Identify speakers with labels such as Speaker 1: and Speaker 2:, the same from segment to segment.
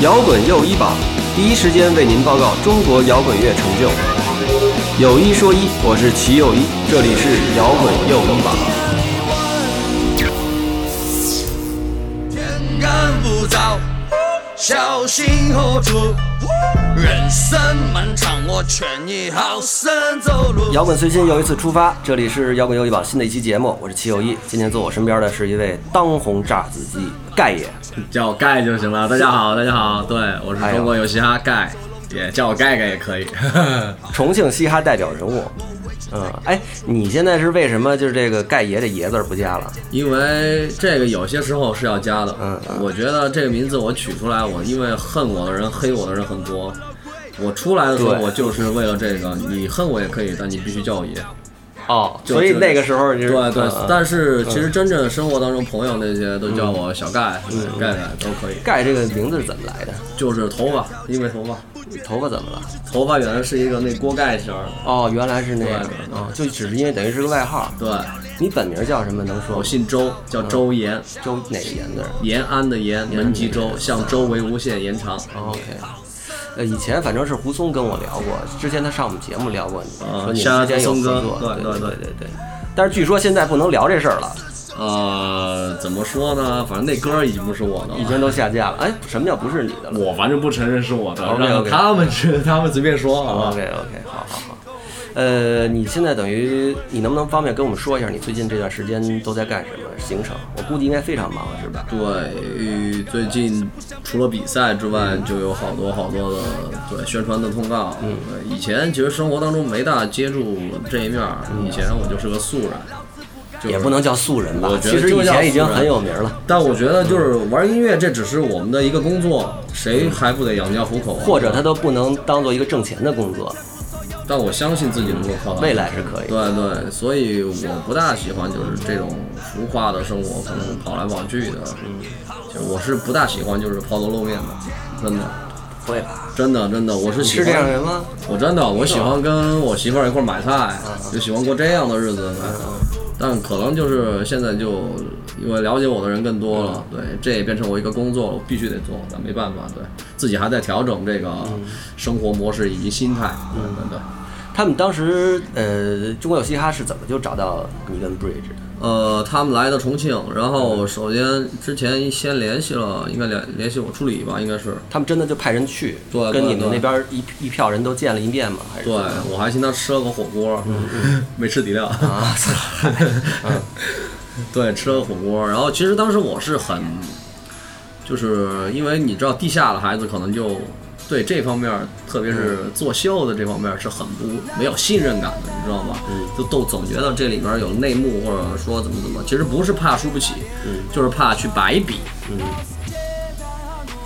Speaker 1: 摇滚又一榜，第一时间为您报告中国摇滚乐成就。有一说一，我是齐又一，这里是摇滚又一榜。
Speaker 2: 天干物燥，小心火烛。人生漫长，我劝你好生走路。
Speaker 1: 摇滚随心又一次出发，这里是摇滚又一榜新的一期节目，我是齐友一。今天坐我身边的是一位当红炸子鸡盖爷，
Speaker 3: 叫我盖就行了。大家好，大家好，对我是
Speaker 1: 啊哎呦
Speaker 3: 中国有嘻哈盖，也叫我盖盖也可以。
Speaker 1: 哎重庆嘻哈代表人物。嗯，哎，你现在是为什么就是这个盖爷的爷字儿不加了？
Speaker 3: 因为这个有些时候是要加的。
Speaker 1: 嗯嗯
Speaker 3: 我觉得这个名字我取出来，我因为恨我的人、黑我的人很多。我出来的时候，
Speaker 1: 对
Speaker 3: 我就是为了这个。你恨我也可以，但你必须叫我爷。
Speaker 1: 哦，
Speaker 3: 就
Speaker 1: 所以
Speaker 3: 就
Speaker 1: 那个时候你是
Speaker 3: 对对
Speaker 1: 嗯嗯，
Speaker 3: 但是其实真正生活当中，朋友那些都叫我小盖、
Speaker 1: 嗯
Speaker 3: 对盖盖都可以。
Speaker 1: 盖这个名字是怎么来的？
Speaker 3: 就是头发，因为头发，
Speaker 1: 头发怎么了？
Speaker 3: 头发原来是一个那锅盖型儿的。
Speaker 1: 哦，原来是那个
Speaker 3: 对对，对
Speaker 1: 哦，就只是因为等于是个外号。
Speaker 3: 对，
Speaker 1: 你本名叫什么？能说
Speaker 3: 我姓周，叫周岩。
Speaker 1: 周哪个言字儿？
Speaker 3: 延安的嗯延，门吉周，向周围无限延长。
Speaker 1: 哦 OK，呃，以前反正是胡松跟我聊过，之前他上我们节目聊过你，
Speaker 3: 啊
Speaker 1: 说你
Speaker 3: 夏
Speaker 1: 们之间有
Speaker 3: 松
Speaker 1: 合
Speaker 3: 哥
Speaker 1: 作，
Speaker 3: 对
Speaker 1: 对
Speaker 3: 对
Speaker 1: 对对。但是据说现在不能聊这事儿了，
Speaker 3: 呃，怎么说呢？反正那歌儿已经不是我的
Speaker 1: 已
Speaker 3: 了，
Speaker 1: 经都下架了。哎，什么叫不是你的了
Speaker 3: 我反正不承认是我的，让
Speaker 1: OK，OK
Speaker 3: 他们知， 他们随便说好吧
Speaker 1: ？OK？OK，好好好。呃，你现在等于你能不能方便跟我们说一下你最近这段时间都在干什么行程？我估计应该非常忙，是吧？
Speaker 3: 对，最近除了比赛之外，就有好多好多的对宣传的通告。嗯，以前其实生活当中没大接触这一面儿，以前我就是个素人，就是
Speaker 1: 也不能叫素人吧
Speaker 3: 我，觉
Speaker 1: 其
Speaker 3: 得
Speaker 1: 实
Speaker 3: 就
Speaker 1: 以
Speaker 3: 叫
Speaker 1: 前已经
Speaker 3: 素人
Speaker 1: 很有名了，
Speaker 3: 但我觉得就是玩音乐，这只是我们的一个工作，谁还不得养家糊口啊？
Speaker 1: 或者他都不能当做一个挣钱的工作。
Speaker 3: 但我相信自己能够靠它
Speaker 1: 未来是可以
Speaker 3: 对对，所以我不大喜欢就是这种浮夸的生活，可能跑来跑去的。嗯就我是不大喜欢就是抛头露面的，真的，
Speaker 1: 会吧？
Speaker 3: 真的，真的，我是喜
Speaker 1: 是
Speaker 3: 欢
Speaker 1: 这样人吗？
Speaker 3: 我真的，我喜欢跟我媳妇儿一块儿买菜，
Speaker 1: 嗯
Speaker 3: 就喜欢过这样的日子。但可能就是现在就因为了解我的人更多了，对，这也变成我一个工作了，我必须得做，但没办法，对自己还在调整这个
Speaker 1: 嗯
Speaker 3: 生活模式以及心态，对对对。
Speaker 1: 他们当时呃，中国有嘻哈是怎么就找到你跟 Bridge 的？
Speaker 3: 呃，他们来的重庆，然后首先之前先联系了，应该联联系我助理吧，应该是。
Speaker 1: 他们真的就派人去，
Speaker 3: 对
Speaker 1: 跟你们
Speaker 3: 对
Speaker 1: 那
Speaker 3: 对
Speaker 1: 边一一票人都见了一面吗？还是
Speaker 3: 对，我还请他吃了个火锅， 没吃底料。
Speaker 1: 嗯啊， 嗯
Speaker 3: 对，吃了个火锅，然后其实当时我是很，就是因为你知道，地下的孩子可能就对这方面，特别是
Speaker 1: 嗯
Speaker 3: 做秀的这方面是很不没有信任感的，你知道吗？
Speaker 1: 嗯
Speaker 3: 就都总觉得这里边有内幕，或者说怎么怎么，其实不是怕输不起，
Speaker 1: 嗯
Speaker 3: 就是怕去白比。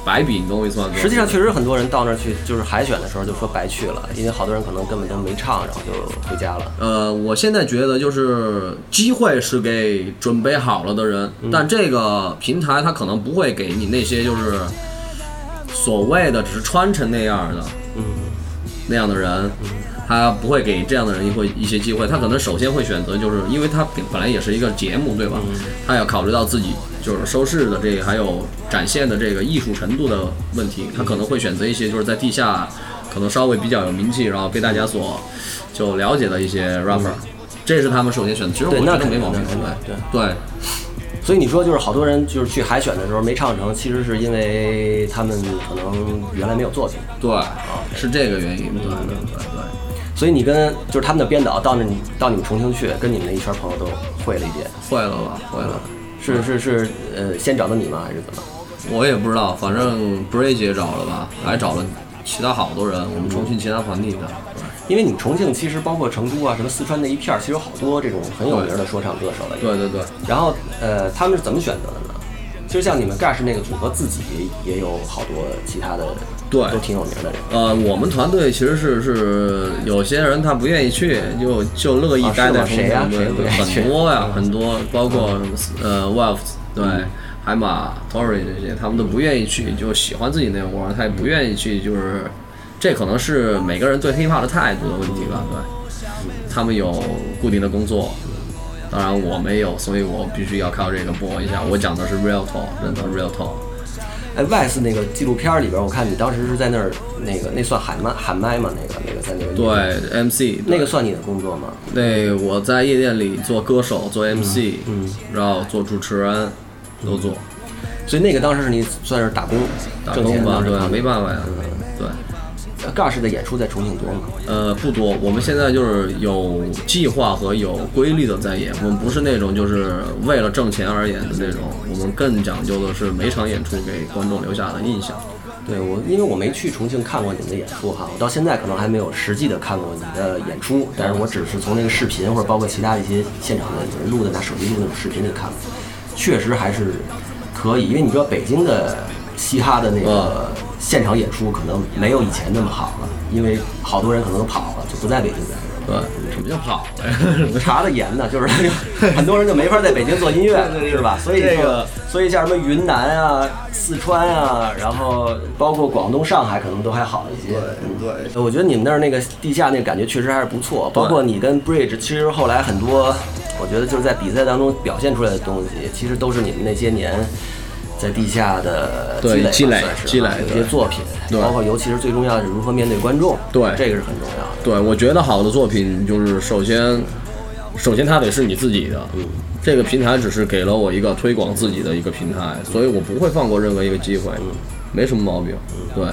Speaker 3: 白比，你懂我意思吗？哥
Speaker 1: 实际上确实很多人到那儿去，就是海选的时候就说白去了，因为好多人可能根本就没唱，然后就回家了。
Speaker 3: 呃，我现在觉得就是机会是给准备好了的人，但这个平台它可能不会给你那些就是所谓的只是穿成那样的，嗯，那样的人，他不会给这样的人一会一些机会。他可能首先会选择，就是因为他本本来也是一个节目，对吧？他要考虑到自己就是收视的这个，还有展现的这个艺术程度的问题，他可能会选择一些就是在地下可能稍微比较有名气，然后被大家所就了解的一些 rapper，、这是他们首先选择。其实我
Speaker 1: 对
Speaker 3: 觉
Speaker 1: 那
Speaker 3: 得
Speaker 1: 肯
Speaker 3: 没
Speaker 1: 定
Speaker 3: 毛病
Speaker 1: 那肯定，
Speaker 3: 对对。
Speaker 1: 所以你说就是好多人就是去海选的时候没唱成，其实是因为他们可能原来没有作品。
Speaker 3: 对，是这个原因。对对对对，
Speaker 1: 所以你跟就是他们的编导到那你到你们重庆去，跟你们那一圈朋友都会了一遍，
Speaker 3: 会了吧，会了。
Speaker 1: 是是是，呃，先找的你吗？还是怎么？
Speaker 3: 我也不知道，反正 Bridge 也找了吧，还找了其他好多人，我们重庆其他团体的。
Speaker 1: 因为你们重庆其实包括成都啊，什么四川那一片儿，其实有好多这种很有名的说唱歌手了。。
Speaker 3: 对对对，
Speaker 1: 然后呃，他们是怎么选择的呢？其实像你们 Gash 那个组合自己也有好多其他的，
Speaker 3: 对
Speaker 1: 都挺有名的人。
Speaker 3: 呃，我们团队其实是是有些人他不愿意去，就就乐意
Speaker 1: 啊
Speaker 3: 待
Speaker 1: 是
Speaker 3: 在
Speaker 1: 吗
Speaker 3: 重
Speaker 1: 谁呀
Speaker 3: 庆。
Speaker 1: 谁啊嗯
Speaker 3: 对
Speaker 1: 不
Speaker 3: 对，
Speaker 1: 愿意去
Speaker 3: 很多呀，很多，包括呃 w e l t 对。
Speaker 1: 嗯
Speaker 3: 海马、Tory 这些，他们都不愿意去，就喜欢自己那窝儿，他也不愿意去，就是，这可能是每个人对 hiphop 的态度的问题吧，
Speaker 1: 嗯
Speaker 3: 对，他们有固定的工作，当然我没有，所以我必须要靠这个播一下。我讲的是 real talk，真的 real talk。
Speaker 1: 哎，Vice 那个纪录片里边，我看你当时是在那儿那个那算喊麦喊麦吗？那个那个在那个
Speaker 3: 对 MC
Speaker 1: 那个算你的工作吗？
Speaker 3: 那我在夜店里做歌手，做 MC，嗯，然后做主持人，都做
Speaker 1: 所以那个当时是你算是打工
Speaker 3: 打
Speaker 1: 挣
Speaker 3: 工
Speaker 1: 钱
Speaker 3: 吧，
Speaker 1: 当时
Speaker 3: 对，
Speaker 1: 打
Speaker 3: 没办法呀，对。
Speaker 1: 呃 Gush 的演出在重庆多吗？
Speaker 3: 呃，不多。我们现在就是有计划和有规律的在演，我们不是那种就是为了挣钱而演的那种，我们更讲究的是每场演出给观众留下的印象。
Speaker 1: 对我，因为我没去重庆看过你们的演出哈，我到现在可能还没有实际的看过你的演出，但是我只是从那个视频或者包括其他一些现场的有人录的拿手机录那种视频里看过，确实还是可以，因为你知道北京的嘻哈的那个现场演出可能没有以前那么好了，因为好多人可能都跑了，就不在北京待着了。
Speaker 3: 对，什么叫跑呀？
Speaker 1: 查的严 呢，就是很多人就没法在北京做音乐，是吧？所以
Speaker 3: 这
Speaker 1: 说
Speaker 3: 个，
Speaker 1: 所以像什么云南啊、四川啊，然后包括广东、上海，可能都还好一些。呃
Speaker 4: 对，
Speaker 1: 我觉得你们那儿那个地下那个感觉确实还是不错，包括你跟 Bridge，其实后来很多，我觉得就是在比赛当中表现出来的东西，其实都是你们那些年在地下的积
Speaker 3: 对
Speaker 1: 累吧，
Speaker 3: 积累
Speaker 1: 算是
Speaker 3: 积累
Speaker 1: 啊有
Speaker 3: 对
Speaker 1: 些作品，
Speaker 3: 对
Speaker 1: 包括尤其是最重要的是如何面对观众，
Speaker 3: 对
Speaker 1: 这个是很重要的。
Speaker 3: 对，我觉得好的作品就是首先，首先它得是你自己的。这个平台只是给了我一个推广自己的一个平台，所以我不会放过任何一个机会，没什么毛病。对，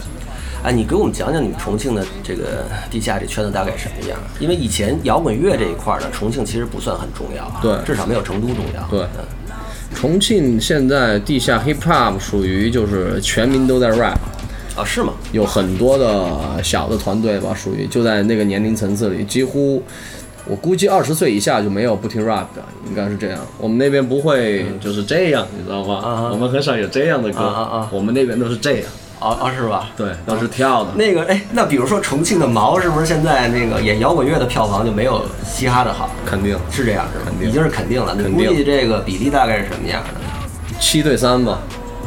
Speaker 1: 哎，你给我们讲讲你们重庆的这个地下这圈子大概什么样？因为以前摇滚乐这一块儿呢，重庆其实不算很重要啊，
Speaker 3: 对
Speaker 1: 至少没有成都重要。
Speaker 3: 对
Speaker 1: 嗯
Speaker 3: 重庆现在地下 hip hop 属于就是全民都在 rap，
Speaker 1: 啊，是吗？
Speaker 3: 有很多的小的团队吧，属于就在那个年龄层次里，几乎我估计二十岁以下就没有不听 rap 的，应该是这样。我们那边不会就是这样，你知道
Speaker 1: 啊
Speaker 3: 吗？我们很少有这样的歌，
Speaker 1: 啊啊啊
Speaker 3: 我们那边都是这样，
Speaker 1: 哦哦，是吧？
Speaker 3: 对，都是跳的。
Speaker 1: 那个，哎，那比如说重庆的毛，是不是现在那个演摇滚乐的票房就没有嘻哈的好？
Speaker 3: 肯定
Speaker 1: 是这样是吗？
Speaker 3: 肯定
Speaker 1: 已经是肯定了。那
Speaker 3: 肯
Speaker 1: 估
Speaker 3: 定
Speaker 1: 计这个比例大概是什么样的？
Speaker 3: 七对三吧，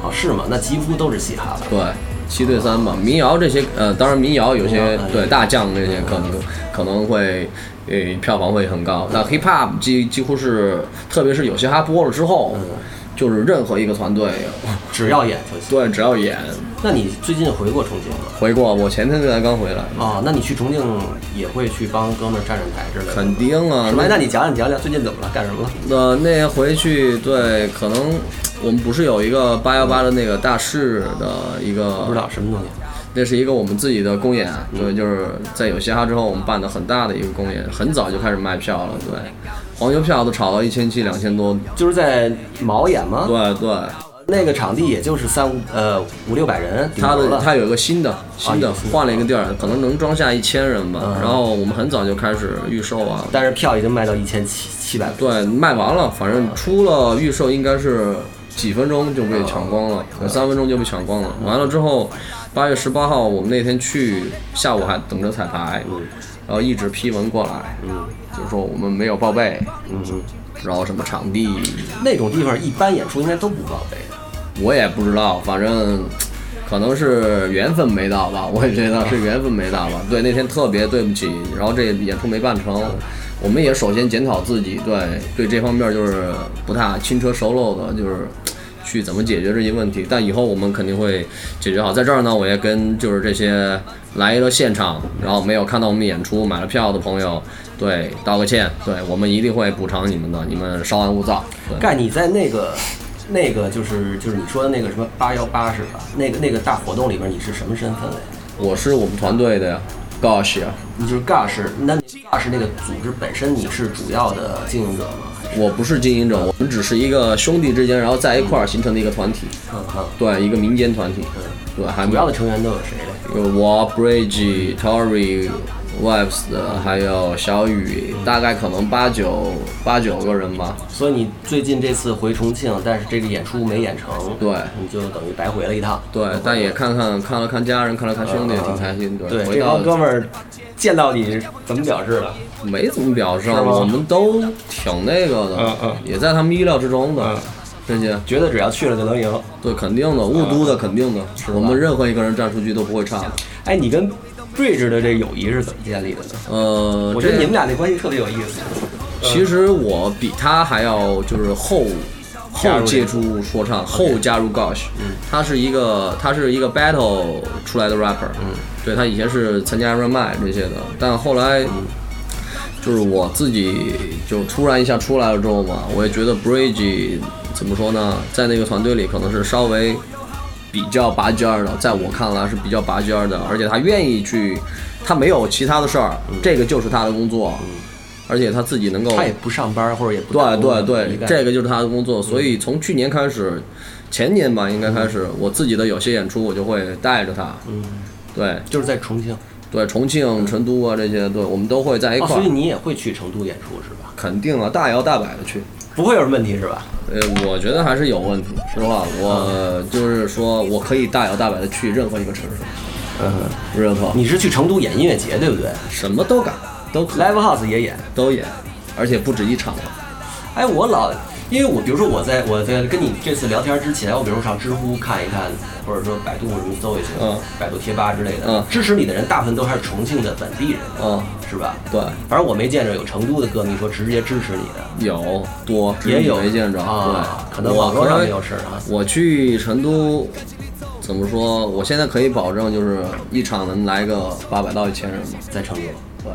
Speaker 1: 哦，是吗？那几乎都是嘻哈了。
Speaker 3: 对，七对三吧。民谣这些，呃，当然民谣有
Speaker 1: 民
Speaker 3: 些
Speaker 1: 谣哎
Speaker 3: 对大将这些可能可能会，呃，票房会很高。那 hip hop 几几乎是，特别是有些它播了之后，
Speaker 1: 嗯
Speaker 3: 就是任何一个团队，
Speaker 1: 只要演就行。
Speaker 3: 对，只要演
Speaker 1: 那你最近回过重庆吗？
Speaker 3: 回过，我前天才刚回来，
Speaker 1: 哦，那你去重庆也会去帮哥们儿站站台之类的吗？
Speaker 3: 肯定啊
Speaker 1: 是。吧？哎那你讲讲讲讲最近怎么了，干什么了？
Speaker 3: 呃，那回去对，可能我们不是有一个八幺八的那个大事的一个，
Speaker 1: 不知道什么东西。
Speaker 3: 那是一个我们自己的公演，对，就是在有嘻哈之后，我们办的很大的一个公演，很早就开始卖票了，对，黄牛票都炒到一千七、两千多，
Speaker 1: 就是在毛演吗？
Speaker 3: 对对，
Speaker 1: 那个场地也就是三五呃五六百人，顶
Speaker 3: 他
Speaker 1: 多
Speaker 3: 的
Speaker 1: 了啊
Speaker 3: 他有一个新的新的
Speaker 1: 有新的啊
Speaker 3: 换了一个地儿，可能能装下一千人吧，然后我们很早就开始预售啊，
Speaker 1: 但是票已经卖到一千七七百多。
Speaker 3: 对，卖完了，反正出了预售应该是几分钟就被抢光了，可能三分钟就被抢光了。完了之后，八月十八号我们那天去，下午还等着彩排，然后一直批文过来，就是说我们没有报备，然后什么场地
Speaker 1: 那种地方一般演出应该都不报备的。
Speaker 3: 我也不知道，反正。可能是缘分没到吧， 我也觉得是缘分没到吧。对，那天特别对不起，然后这演出没办成，我们也首先检讨自己，对对这方面就是不太轻车熟路的，就是去怎么解决这些问题。但以后我们肯定会解决好。在这儿呢，我也跟就是这些来了现场，然后没有看到我们演出买了票的朋友，对道个歉，对我们一定会补偿你们的，你们稍安勿躁。对。
Speaker 1: 盖，你在那个那个就是就是你说的那个什么八幺八是吧？那个那个大活动里边你是什么身份呀？
Speaker 3: 我是我们团队的呀，Gosh 呀，
Speaker 1: 你就是 Gush，那你 Gush 那个组织本身你是主要的经营者吗？还是
Speaker 3: 我不是经营者，我们只是一个兄弟之间，然后在一块儿形成的一个团体，
Speaker 1: 嗯嗯
Speaker 3: 对，一个民间团体，对，还
Speaker 1: 主
Speaker 3: 没
Speaker 1: 要
Speaker 3: 有
Speaker 1: 的成员都有谁嘞？
Speaker 3: 我 Bridge、Tory、Webs 的，还有小雨，大概可能八九八九个人吧，
Speaker 1: 所以你最近这次回重庆，但是这个演出没演成，
Speaker 3: 对
Speaker 1: 你就等于白回了一趟。
Speaker 3: 对，但也看看看了看家人，看了看兄弟，
Speaker 1: 嗯嗯嗯
Speaker 3: 挺开心，对，
Speaker 1: 对，
Speaker 3: 回
Speaker 1: 这
Speaker 3: 到
Speaker 1: 帮哥们儿见到你怎么表示的？
Speaker 3: 没怎么表示啊，
Speaker 1: 是吗
Speaker 3: 我们都挺那个
Speaker 4: 嗯
Speaker 3: 的
Speaker 4: 嗯，
Speaker 3: 也在他们意料之中的
Speaker 4: 嗯，
Speaker 3: 这些。
Speaker 1: 觉得只要去了就能赢。
Speaker 3: 对，肯定的，
Speaker 1: 嗯
Speaker 3: 雾都的肯定的，我们任何一个人站出去都不会差的。
Speaker 1: 哎，你跟 Bridge 的这友谊是怎么建立的呢？
Speaker 3: 呃，
Speaker 1: 我觉
Speaker 3: 这
Speaker 1: 得你们俩那关系特别有意思。
Speaker 3: 其实我比他还要就是后
Speaker 1: 加
Speaker 3: 后
Speaker 1: 入
Speaker 3: 接触说唱，后加入 Gosh，他是一个他是一个 battle 出来的 rapper，嗯，对他以前是参加 r a m a 这些的，但后来就是我自己就突然一下出来了之后嘛，我也觉得 Bridge 怎么说呢，在那个团队里可能是稍微比较拔尖儿的，在我看来是比较拔尖儿的，而且他愿意去，他没有其他的事儿，这个就是他的工作，而且他自己能够
Speaker 1: 他也不上班或者也不打
Speaker 3: 对
Speaker 1: 工
Speaker 3: 对
Speaker 1: 没
Speaker 3: 对，
Speaker 1: 干
Speaker 3: 这个就是他的工作。所以从去年开始，前年吧，应该开
Speaker 1: 嗯
Speaker 3: 始，我自己的有些演出我就会带着他。嗯，对
Speaker 1: 就是在重庆
Speaker 3: 对，重庆、成都啊这些，对我们都会在一
Speaker 1: 哦，
Speaker 3: 块
Speaker 1: 所以
Speaker 3: 儿。
Speaker 1: 你也会去成都演出是吧？
Speaker 3: 肯定啊，大摇大摆的去。
Speaker 1: 不会有什么问题是吧？
Speaker 3: 呃，我觉得还是有问题，实话，我
Speaker 1: 嗯
Speaker 3: 就是说我可以大摇大摆的去任何一个城市，
Speaker 1: 嗯，
Speaker 3: 任何
Speaker 1: 你是去成都演音乐节对不对
Speaker 3: 什么都敢，都可以
Speaker 1: ？Live House 也演。
Speaker 3: 都演，而且不止一场了。
Speaker 1: 哎，我老，因为我比如说我在我在跟你这次聊天之前，我比如说上知乎看一看，或者说百度什么搜一搜，
Speaker 3: 嗯
Speaker 1: 百度贴吧之类的，
Speaker 3: 嗯
Speaker 1: 支持你的人大部分都还是重庆的本地人，
Speaker 3: 嗯，
Speaker 1: 是吧？
Speaker 3: 对，
Speaker 1: 反正我没见着有成都的歌迷说直接支持你的，
Speaker 3: 有多只是
Speaker 1: 也
Speaker 3: 你
Speaker 1: 有
Speaker 3: 没见着，
Speaker 1: 啊
Speaker 3: 对，
Speaker 1: 可能
Speaker 3: 我
Speaker 1: 网络上
Speaker 3: 可
Speaker 1: 没有事儿啊
Speaker 3: 我去成都，怎么说？我现在可以保证，就是一场能来个八百到一千人吧。
Speaker 1: 在成都。
Speaker 3: 对，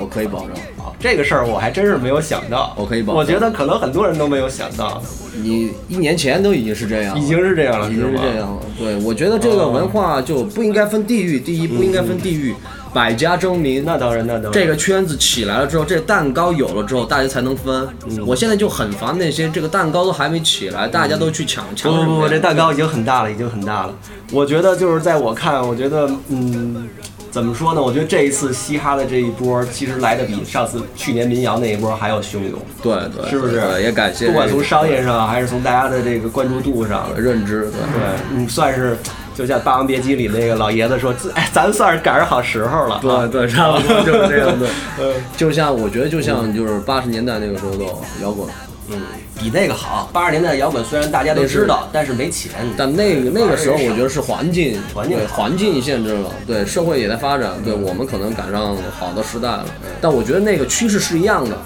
Speaker 3: 我可以保证。
Speaker 1: 啊这个事儿我还真是没有想到，
Speaker 3: 我可以保
Speaker 1: 我觉得可能很多人都没有想到，
Speaker 3: 你一年前都已经是这样了，
Speaker 1: 已经是这哦样了，
Speaker 3: 已经是
Speaker 1: 吗？
Speaker 3: 这样了。对，我觉得这个文化就不应该分地域，第一不应该分地域，百家争鸣。
Speaker 1: 那当然，那当然。
Speaker 3: 这个圈子起来了之后，这蛋糕有了之后，大家才能分。
Speaker 1: 嗯
Speaker 3: 我现在就很烦那些这个蛋糕都还没起来，大家都去抢抢
Speaker 1: 不
Speaker 3: 什
Speaker 1: 不
Speaker 3: 么
Speaker 1: 不，
Speaker 3: 呀
Speaker 1: 这蛋糕已经很大了，已经很大了。我觉得就是在我看，我觉得嗯，怎么说呢？我觉得这一次嘻哈的这一波，其实来的比上次去年民谣那一波还要汹涌，
Speaker 3: 对对，
Speaker 1: 是不是？
Speaker 3: 对也感谢
Speaker 1: 不管从
Speaker 3: 这个
Speaker 1: 商业上，还是从大家的这个关注度上，
Speaker 3: 认知，对
Speaker 1: 对，嗯，算是就像《霸王别姬》里那个老爷子说，自哎，咱算是赶上好时候了。啊
Speaker 3: 对对，差不多啊 就是这样的。
Speaker 1: 嗯
Speaker 3: 就像我觉得，就像就是八十年代那个时候的摇滚，
Speaker 1: 嗯，比那个好。八十年代摇滚虽然大家都知道，但是没钱。
Speaker 3: 但那个那个时候我觉得是环境
Speaker 1: 环境
Speaker 3: 对
Speaker 1: 好
Speaker 3: 环境限制了，对社会也在发展，对我们可能赶上好的时代了。
Speaker 1: 嗯
Speaker 3: 但我觉得那个趋势是一样的，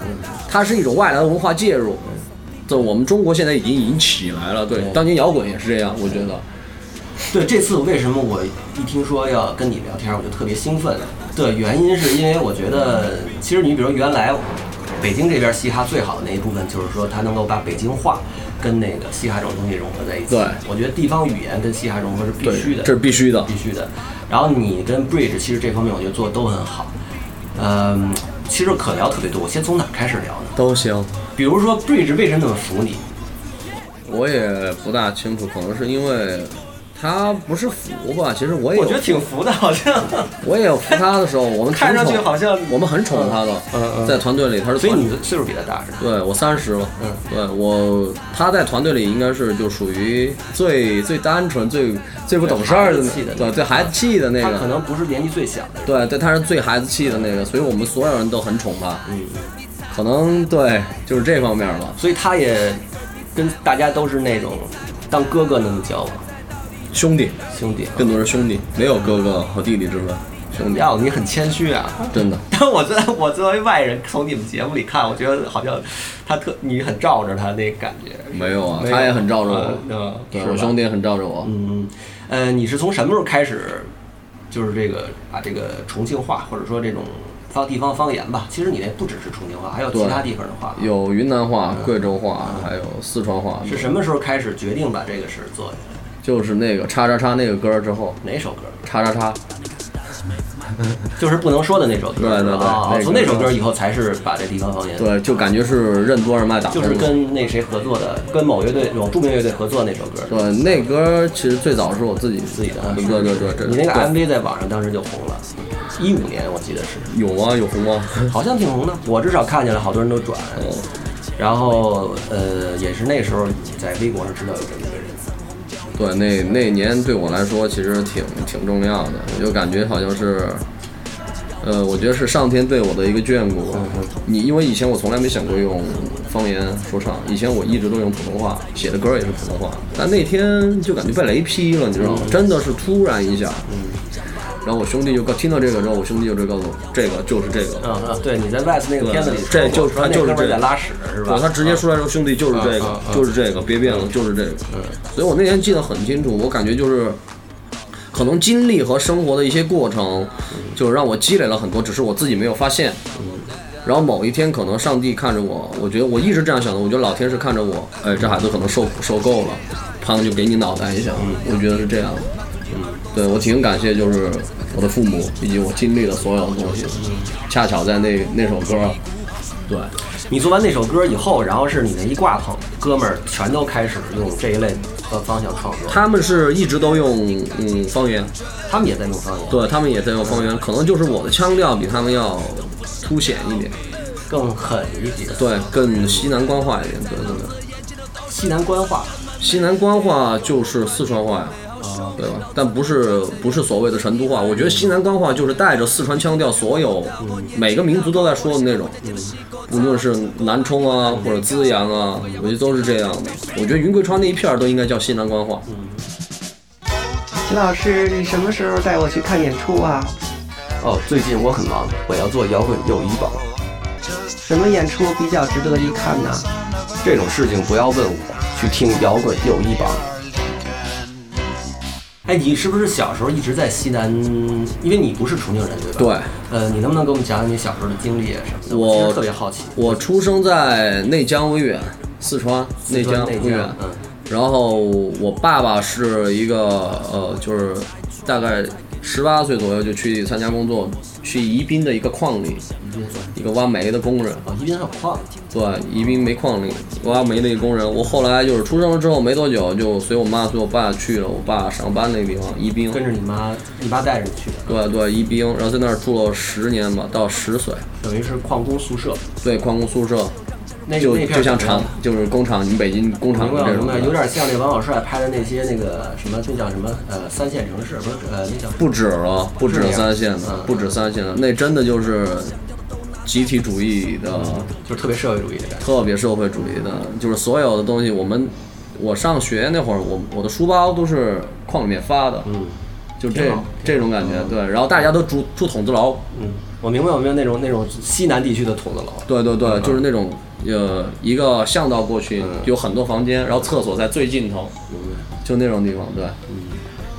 Speaker 3: 它是一种外来的文化介入。这我们中国现在已经已经起来了，对，
Speaker 1: 哦
Speaker 3: 当年摇滚也是这样，我觉得。
Speaker 1: 对，这次为什么我一听说要跟你聊天，我就特别兴奋的原因，是因为我觉得，其实你比如原来北京这边嘻哈最好的那一部分，就是说它能够把北京话跟那个嘻哈这种东西融合在一起。
Speaker 3: 对
Speaker 1: 我觉得地方语言跟嘻哈融合是必
Speaker 3: 对
Speaker 1: 须的，，
Speaker 3: 这是必须的
Speaker 1: 必。须的。然后你跟 Bridge 其实这方面我觉得做的都很好，嗯，其实可聊特别多。我先从哪儿开始聊呢？
Speaker 3: 都行，
Speaker 1: 比如说 Bridge 为什么那么服你？
Speaker 3: 我也不大清楚，可能是因为他不是服吧，其实我也有
Speaker 1: 我觉得挺服的，好像。
Speaker 3: 我也有扶他的时候，我们挺
Speaker 1: 看上去
Speaker 3: 宠
Speaker 1: 好像
Speaker 3: 我们很宠他的，
Speaker 1: 嗯嗯
Speaker 3: 在团队里他是
Speaker 1: 所以
Speaker 3: 团
Speaker 1: 你的岁数比他大是吧？
Speaker 3: 对我三十了，
Speaker 1: 嗯
Speaker 3: 对我他在团队里应该是就属于最最单纯、最最不懂事儿
Speaker 1: 最孩子气的
Speaker 3: 的，对最孩子气的那
Speaker 1: 他可
Speaker 3: 个，
Speaker 1: 能不是年纪最小的。
Speaker 3: 对对他是最孩子气的那个，所以我们所有人都很宠他，
Speaker 1: 嗯，
Speaker 3: 可能对就是这方面吧。
Speaker 1: 所以他也跟大家都是那种当哥哥那么叫嘛，
Speaker 3: 兄弟
Speaker 1: 兄弟啊。
Speaker 3: 更多是兄弟，没有哥哥和弟弟之分，兄弟
Speaker 1: 要你很谦虚啊，
Speaker 3: 真的
Speaker 1: 但我作我作为外人，从你们节目里看，我觉得好像他特你很罩着他那感觉。
Speaker 3: 没有啊，
Speaker 1: 没有
Speaker 3: 他也很罩着
Speaker 1: 嗯
Speaker 3: 我，
Speaker 1: 嗯
Speaker 3: 对
Speaker 1: 是吧
Speaker 3: 我兄弟也很罩着我，
Speaker 1: 嗯，呃，你是从什么时候开始，就是这个把这个重庆话或者说这种方地方方言吧？其实你那不只是重庆话，还有其
Speaker 3: 对
Speaker 1: 他地方的话。
Speaker 3: 有云南话、贵州话，还有四川话，
Speaker 1: 嗯是什么时候开始决定把这个事儿做下来？
Speaker 3: 就是那个叉叉叉那个歌儿之后，
Speaker 1: 哪首歌？
Speaker 3: 叉叉叉，
Speaker 1: 哎就是不能说的那首歌。
Speaker 3: 对对对
Speaker 1: 啊
Speaker 3: 那个
Speaker 1: 从那首歌以后才是把这地方方言，
Speaker 3: 对，就感觉是任督二脉打通
Speaker 1: 就
Speaker 3: 了。
Speaker 1: 是跟那谁合作的，跟某乐队有著名乐队合作那首歌。
Speaker 3: 对那歌儿其实最早是我自己自
Speaker 1: 自己的啊
Speaker 3: 对对对对，对
Speaker 1: 你那个
Speaker 3: 对
Speaker 1: MV 在网上当时就红了，一五年我记得是，
Speaker 3: 有吗？有红吗？
Speaker 1: 好像挺红的，我至少看见了好多人都转，然后呃也是那时候在微博上知道有这么一个人，
Speaker 3: 对，那那年对我来说其实挺挺重要的，我就感觉好像是，呃，我觉得是上天对我的一个眷顾。你因为以前我从来没想过用方言说唱，以前我一直都用普通话，写的歌也是普通话，但那天就感觉被雷劈了，你知道吗？真的是突然一下，然后我兄弟就告听到这个之后，我兄弟就直接告诉我，这个就是这个，
Speaker 1: 啊啊，对，你在 West 那个片子里
Speaker 3: 对
Speaker 1: 说过，
Speaker 3: 这就是
Speaker 1: 说那
Speaker 3: 就
Speaker 1: 哥
Speaker 3: 是
Speaker 1: 们儿
Speaker 3: 这
Speaker 1: 在
Speaker 3: 个
Speaker 1: 拉屎是吧？
Speaker 3: 对，他直接说来说，兄弟就是这
Speaker 1: 啊
Speaker 3: 个
Speaker 1: 啊，嗯啊
Speaker 3: 就是这个，别变了，就是这个。所以我那天记得很清楚，我感觉就是。可能经历和生活的一些过程，
Speaker 1: 嗯
Speaker 3: 就是让我积累了很多，只是我自己没有发现。然后某一天，可能上帝看着我，我觉得我一直这样想的，我觉得老天是看着我，哎，这孩子可能受受够了，胖就给你脑袋一下，
Speaker 1: 嗯
Speaker 3: 我觉得是这样。对我挺感谢，就是我的父母以及我经历的所有的东西，
Speaker 1: 嗯
Speaker 3: 恰巧在那那首歌，对，
Speaker 1: 你做完那首歌以后，然后是你那一挂棚，哥们儿全都开始用这一类呃方向创作，
Speaker 3: 他们是一直都用嗯方言，
Speaker 1: 他们也在弄方言，
Speaker 3: 对他们也在用方言，可能就是我的腔调比他们要凸显一点，
Speaker 1: 更狠一些，
Speaker 3: 对，更西南官话一点，对对对，
Speaker 1: 西南官话。
Speaker 3: 西南官话就是四川话呀。
Speaker 1: 呃
Speaker 3: 对吧？但不是不是所谓的成都话，我觉得西南官话就是带着四川腔调，所有每个民族都在说的那种，无论是南充啊或者资阳啊，我觉得都是这样的。我觉得云贵川那一片儿都应该叫西南官话。
Speaker 5: 齐老师，你什么时候带我去看演出啊？
Speaker 1: 哦，最近我很忙，我要做摇滚又一榜，
Speaker 5: 什么演出比较值得一看呢？
Speaker 1: 这种事情不要问我，去听摇滚又一榜。哎，你是不是小时候一直在西南？因为你不是重庆人，对吧？
Speaker 3: 对。
Speaker 1: 呃，你能不能给我们讲讲你小时候的经历啊什么的？
Speaker 3: 我
Speaker 1: 其实特别好奇。
Speaker 3: 我出生在内江威远，四川内江
Speaker 1: 内
Speaker 3: 威远。
Speaker 1: 嗯，
Speaker 3: 然后我爸爸是一个呃，就是大概十八岁左右就去参加工作，去宜宾的一个矿里，
Speaker 1: 嗯
Speaker 3: 一个挖煤的工人。
Speaker 1: 哦，宜宾还有矿，
Speaker 3: 对，宜宾煤矿里挖煤的一个工人。我后来就是出生了之后没多久，就随我妈随我爸去了我爸上班那个地方宜宾。
Speaker 1: 跟着你妈，你妈带着你去的，
Speaker 3: 对对，宜宾，然后在那儿住了十年吧，到十岁。
Speaker 1: 等于是矿工宿舍。
Speaker 3: 对，矿工宿舍，
Speaker 1: 那
Speaker 3: 就
Speaker 1: 那片
Speaker 3: 就像
Speaker 1: 厂
Speaker 3: 厂，，就是工厂，你们北京工厂
Speaker 1: 明白
Speaker 3: 这
Speaker 1: 明
Speaker 3: 种
Speaker 1: 白，
Speaker 3: 的，
Speaker 1: 有点像那王小帅拍的那些那个什么，那叫什么？呃，三线城市不是？呃，那叫
Speaker 3: 不止了，不止
Speaker 1: 是这样
Speaker 3: 三线的
Speaker 1: 嗯，
Speaker 3: 不止三线的，那真的就是集体主义的，
Speaker 1: 就是特别社会主义的感觉。
Speaker 3: 特别社会主义的，就是所有的东西，我们我上学那会儿，我我的书包都是矿里面发的，嗯，就这
Speaker 1: 挺好
Speaker 3: 这种感觉，对，然后大家都住住筒子楼，
Speaker 1: 嗯，我明白，我明白那种那种呃西南地区的筒子楼。
Speaker 3: 对对对，就是那种呃一个巷道过去有很多房间，然后厕所在最尽头，就那种地方，对。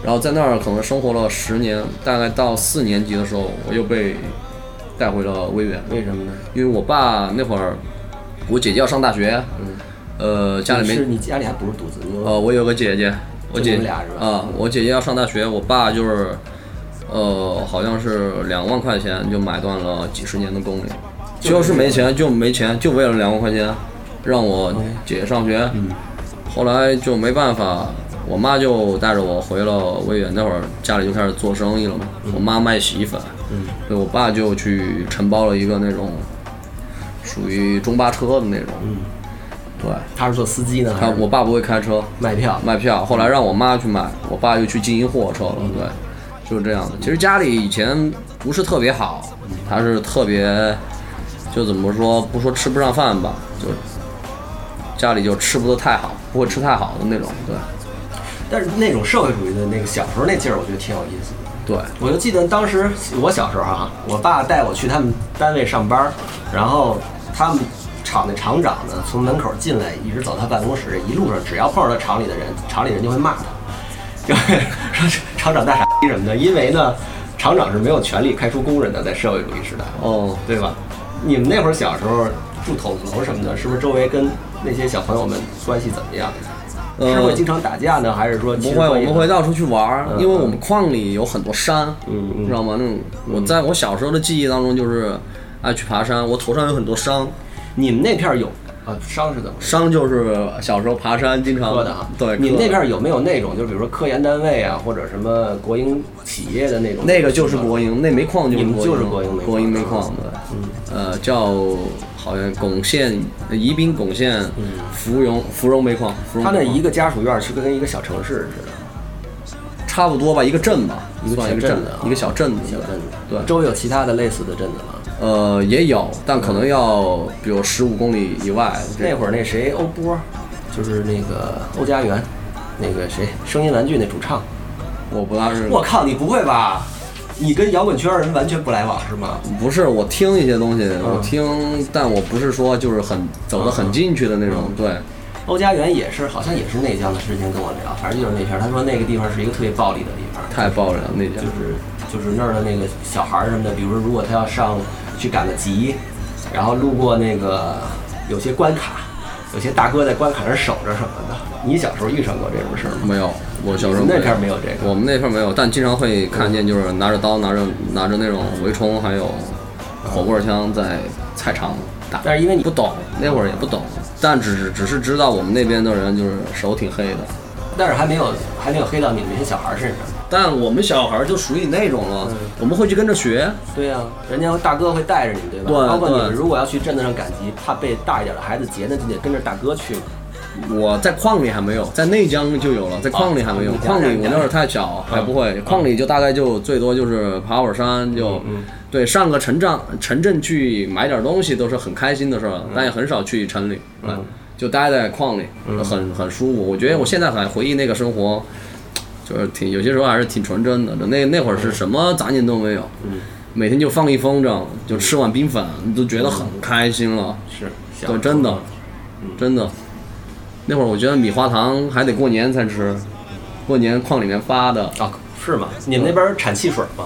Speaker 3: 然后在那儿可能生活了十年，大概到四年级的时候，我又被带回了威远，
Speaker 1: 为什么呢？
Speaker 3: 因为我爸那会儿，我姐姐要上大学，呃，家里
Speaker 1: 是
Speaker 3: 面
Speaker 1: 你家里还不是独子，你有
Speaker 3: 呃，我有个姐姐，我
Speaker 1: 就你
Speaker 3: 姐
Speaker 1: 们俩是吧
Speaker 3: 啊、我姐姐要上大学，我爸就是，呃，好像是两万块钱就买断了几十年的公里，就是没钱，就没钱，就为了两万块钱让
Speaker 1: 哦
Speaker 3: 我姐姐上学，
Speaker 1: 嗯
Speaker 3: 后来就没办法。我妈就带着我回了威远，那会儿家里就开始做生意了嘛。
Speaker 1: 嗯
Speaker 3: 我妈卖洗衣粉，对我爸就去承包了一个那种属于中巴车的那种，
Speaker 1: 嗯
Speaker 3: 对。
Speaker 1: 他是做司机呢，还
Speaker 3: 他
Speaker 1: 是
Speaker 3: 啊我爸不会开车，
Speaker 1: 卖票？
Speaker 3: 卖票，后来让我妈去买，我爸又去经营货车了，对，就是这样的。其实家里以前不是特别好，他是特别，就怎么说，不说吃不上饭吧，就家里就吃不得太好，不会吃太好的那种，对
Speaker 1: 但是那种社会主义的那个小时候那劲儿，我觉得挺有意思的。
Speaker 3: 对，
Speaker 1: 我就记得当时我小时候啊，我爸带我去他们单位上班儿，然后他们厂的厂长呢，从门口进来一直走他办公室，一路上只要碰到厂里的人，厂里人就会骂他，就是说厂长大傻逼什么的，因为呢，厂长是没有权利开除工人的，在社会主义时代。
Speaker 3: 哦，
Speaker 1: 对吧？你们那会儿小时候住筒子楼什么的，是不是周围跟那些小朋友们关系怎么样？
Speaker 3: 呃
Speaker 1: 是会经常打架呢，还是说
Speaker 3: 不
Speaker 1: 其实
Speaker 3: 会，我
Speaker 1: 也
Speaker 3: 们会到处去玩儿，
Speaker 1: 嗯
Speaker 3: 因为我们矿里有很多山，
Speaker 1: 嗯嗯
Speaker 3: 知道吗？那种我在我小时候的记忆当中就是爱去爬山，我头上有很多伤，
Speaker 1: 你们那片儿有啊？伤是怎么回事？
Speaker 3: 伤就是小时候爬山经常
Speaker 1: 磕的啊，
Speaker 3: 嗯对，
Speaker 1: 你们
Speaker 3: 磕
Speaker 1: 那
Speaker 3: 的
Speaker 1: 片儿有没有那种，就是比如说科研单位啊，或者什么国营企业的那种？
Speaker 3: 那个就是国营，那煤矿就是
Speaker 1: 你们
Speaker 3: 国营，
Speaker 1: 就是国营煤矿
Speaker 3: 国煤矿对，呃，叫好像巩县、宜宾巩县芙蓉芙蓉煤矿，芙蓉
Speaker 1: 他那
Speaker 3: 煤矿
Speaker 1: 一个家属院是跟一个小城市似的，
Speaker 3: 差不多吧，一个镇吧，
Speaker 1: 一个
Speaker 3: 算一个
Speaker 1: 小镇
Speaker 3: 镇
Speaker 1: 子啊
Speaker 3: 一个小镇子，
Speaker 1: 小镇子。
Speaker 3: 对，
Speaker 1: 周围有其他的类似的镇子吗？
Speaker 3: 呃，也有，但可能要比如十五公里以外，
Speaker 1: 那会儿那谁欧波，就是那个欧家园，那个谁声音玩具那主唱，
Speaker 3: 我不大是，
Speaker 1: 我靠，你不会吧？你跟摇滚圈的人完全不来往是吗？
Speaker 3: 不是，我听一些东西，
Speaker 1: 嗯
Speaker 3: 我听，但我不是说就是很走得很进去的那
Speaker 1: 嗯
Speaker 3: 种，对，
Speaker 1: 欧家园也是，好像也是内江的事情跟我聊，反正就是那片儿，他说那个地方是一个特别暴力的地方，
Speaker 3: 太暴力了那家
Speaker 1: 就。是就是那儿的那个小孩儿什么的，比如说如果他要上去赶个集，然后路过那个有些关卡，有些大哥在关卡上守着什么的。你小时候遇上过这种事儿吗？
Speaker 3: 没有，我小时候
Speaker 1: 你们那
Speaker 3: 没有
Speaker 1: 片儿没有这个
Speaker 3: 我们那片儿没有，但经常会看见，就是拿着刀、拿着拿着那种蛔虫，还有火棍儿枪在菜场打。
Speaker 1: 但是因为你
Speaker 3: 不懂，那会儿也不懂，但只是只是知道我们那边的人就是手挺黑的。
Speaker 1: 但是还没有还没有黑到你们这些小孩儿身上。
Speaker 3: 但我们小孩儿就属于那种了，我们会去跟着学，
Speaker 1: 对呀、人家大哥会带着你们，对吧？
Speaker 3: 啊对
Speaker 1: 包括你们
Speaker 3: 对
Speaker 1: 如果要去镇子上赶集，怕被大一点的孩子劫，那就得跟着大哥去。
Speaker 3: 我在矿里还没有，在内江就有了，在矿里还没有。
Speaker 1: 哦
Speaker 3: 矿里我那会儿太小，还不会。矿里就大概就最多就是爬会儿山，就对上个城镇城镇去买点东西都是很开心的事儿，但也很少去城里，哎就待在矿里，很很舒服。我觉得我现在还回忆那个生活，就是挺有些时候还是挺纯真的。那那会儿是什么杂念都没有，每天就放一风筝，就吃碗冰粉，你都觉得很开心了。
Speaker 1: 是，小
Speaker 3: 对，真的，
Speaker 1: 嗯
Speaker 3: 真的。那会儿我觉得米花糖还得过年才吃，过年矿里面发的，
Speaker 1: 啊，是吗？你们那边产汽水吗？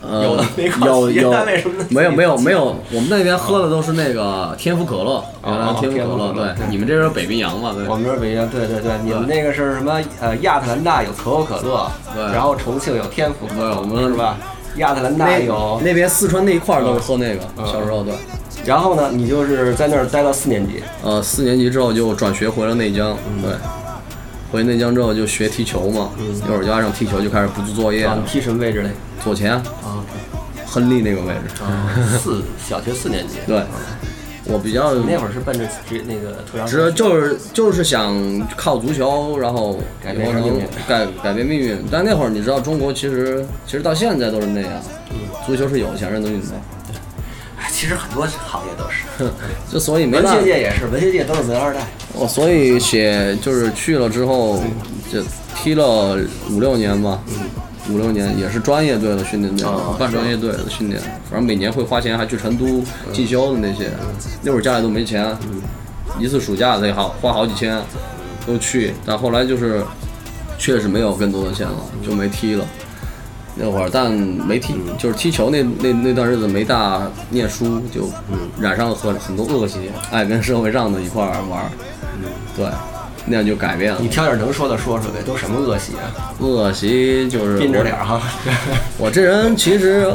Speaker 3: 呃，
Speaker 1: 有
Speaker 3: 有
Speaker 1: 的没矿企业
Speaker 3: 有
Speaker 1: 单位什么的
Speaker 3: 没有没有没有，我们那边喝的都是那个天府可乐，原来
Speaker 1: 哦
Speaker 3: 天府
Speaker 1: 天
Speaker 3: 可
Speaker 1: 府
Speaker 3: 乐，
Speaker 1: 可乐
Speaker 3: 对，
Speaker 1: 对
Speaker 3: 你们这边北冰洋嘛，对
Speaker 1: 我，们这儿不一样，对对对，你们那个是什么？呃，亚特兰大有可口可乐，
Speaker 3: 对
Speaker 1: 然后重庆有天府可
Speaker 3: 对
Speaker 1: 乐，
Speaker 3: 我们
Speaker 1: 是吧？亚特兰大
Speaker 3: 那
Speaker 1: 有，嗯
Speaker 3: 那边四川那一块儿都是喝那个，小时候对，
Speaker 1: 然后呢，你就是在那儿待到四年级，
Speaker 3: 呃，四年级之后就转学回了内江，
Speaker 1: 嗯
Speaker 3: 对。回内江之后就学踢球嘛，一会儿就爱上踢球，就开始布置作业
Speaker 1: 啊，
Speaker 3: 了
Speaker 1: 你，踢什么位置嘞？
Speaker 3: 左前，
Speaker 1: 啊，
Speaker 3: 亨利那个位置。
Speaker 1: 嗯 四小学四年级，
Speaker 3: 对，我比较
Speaker 1: 那会儿是奔着直那个特长
Speaker 3: 只就是就是想靠足球，然后
Speaker 1: 改
Speaker 3: 以
Speaker 1: 变
Speaker 3: 后
Speaker 1: 命
Speaker 3: 能
Speaker 1: 运
Speaker 3: 改改变命运。但那会儿你知道，中国其实其实到现在都是那样，
Speaker 1: 嗯
Speaker 3: 足球是有钱人的运动，
Speaker 1: 哎其实很多行业都是，
Speaker 3: 就所以没
Speaker 1: 文
Speaker 3: 办
Speaker 1: 学
Speaker 3: 法。
Speaker 1: 界也是，文学界都是文二代，
Speaker 3: 我所以写就是去了之后就踢了五六年吧，五六年也是专业队的训练队
Speaker 1: 哦，
Speaker 3: 半专业队的训练，反正每年会花钱，还去成都进修的那些。那会儿家里都没钱，一次暑假得好花好几千，都去。但后来就是确实没有更多的钱了，就没踢了。那会儿，但没踢，
Speaker 1: 嗯
Speaker 3: 就是踢球那那那段日子没大念书，就
Speaker 1: 嗯
Speaker 3: 染上了很很多恶习，爱跟社会上的一块儿玩儿，对，那样就改变了
Speaker 1: 嗯你。挑点能说的说说呗，都什么恶习啊？
Speaker 3: 恶习就是
Speaker 1: 憋着点儿哈，啊
Speaker 3: 我这人其实，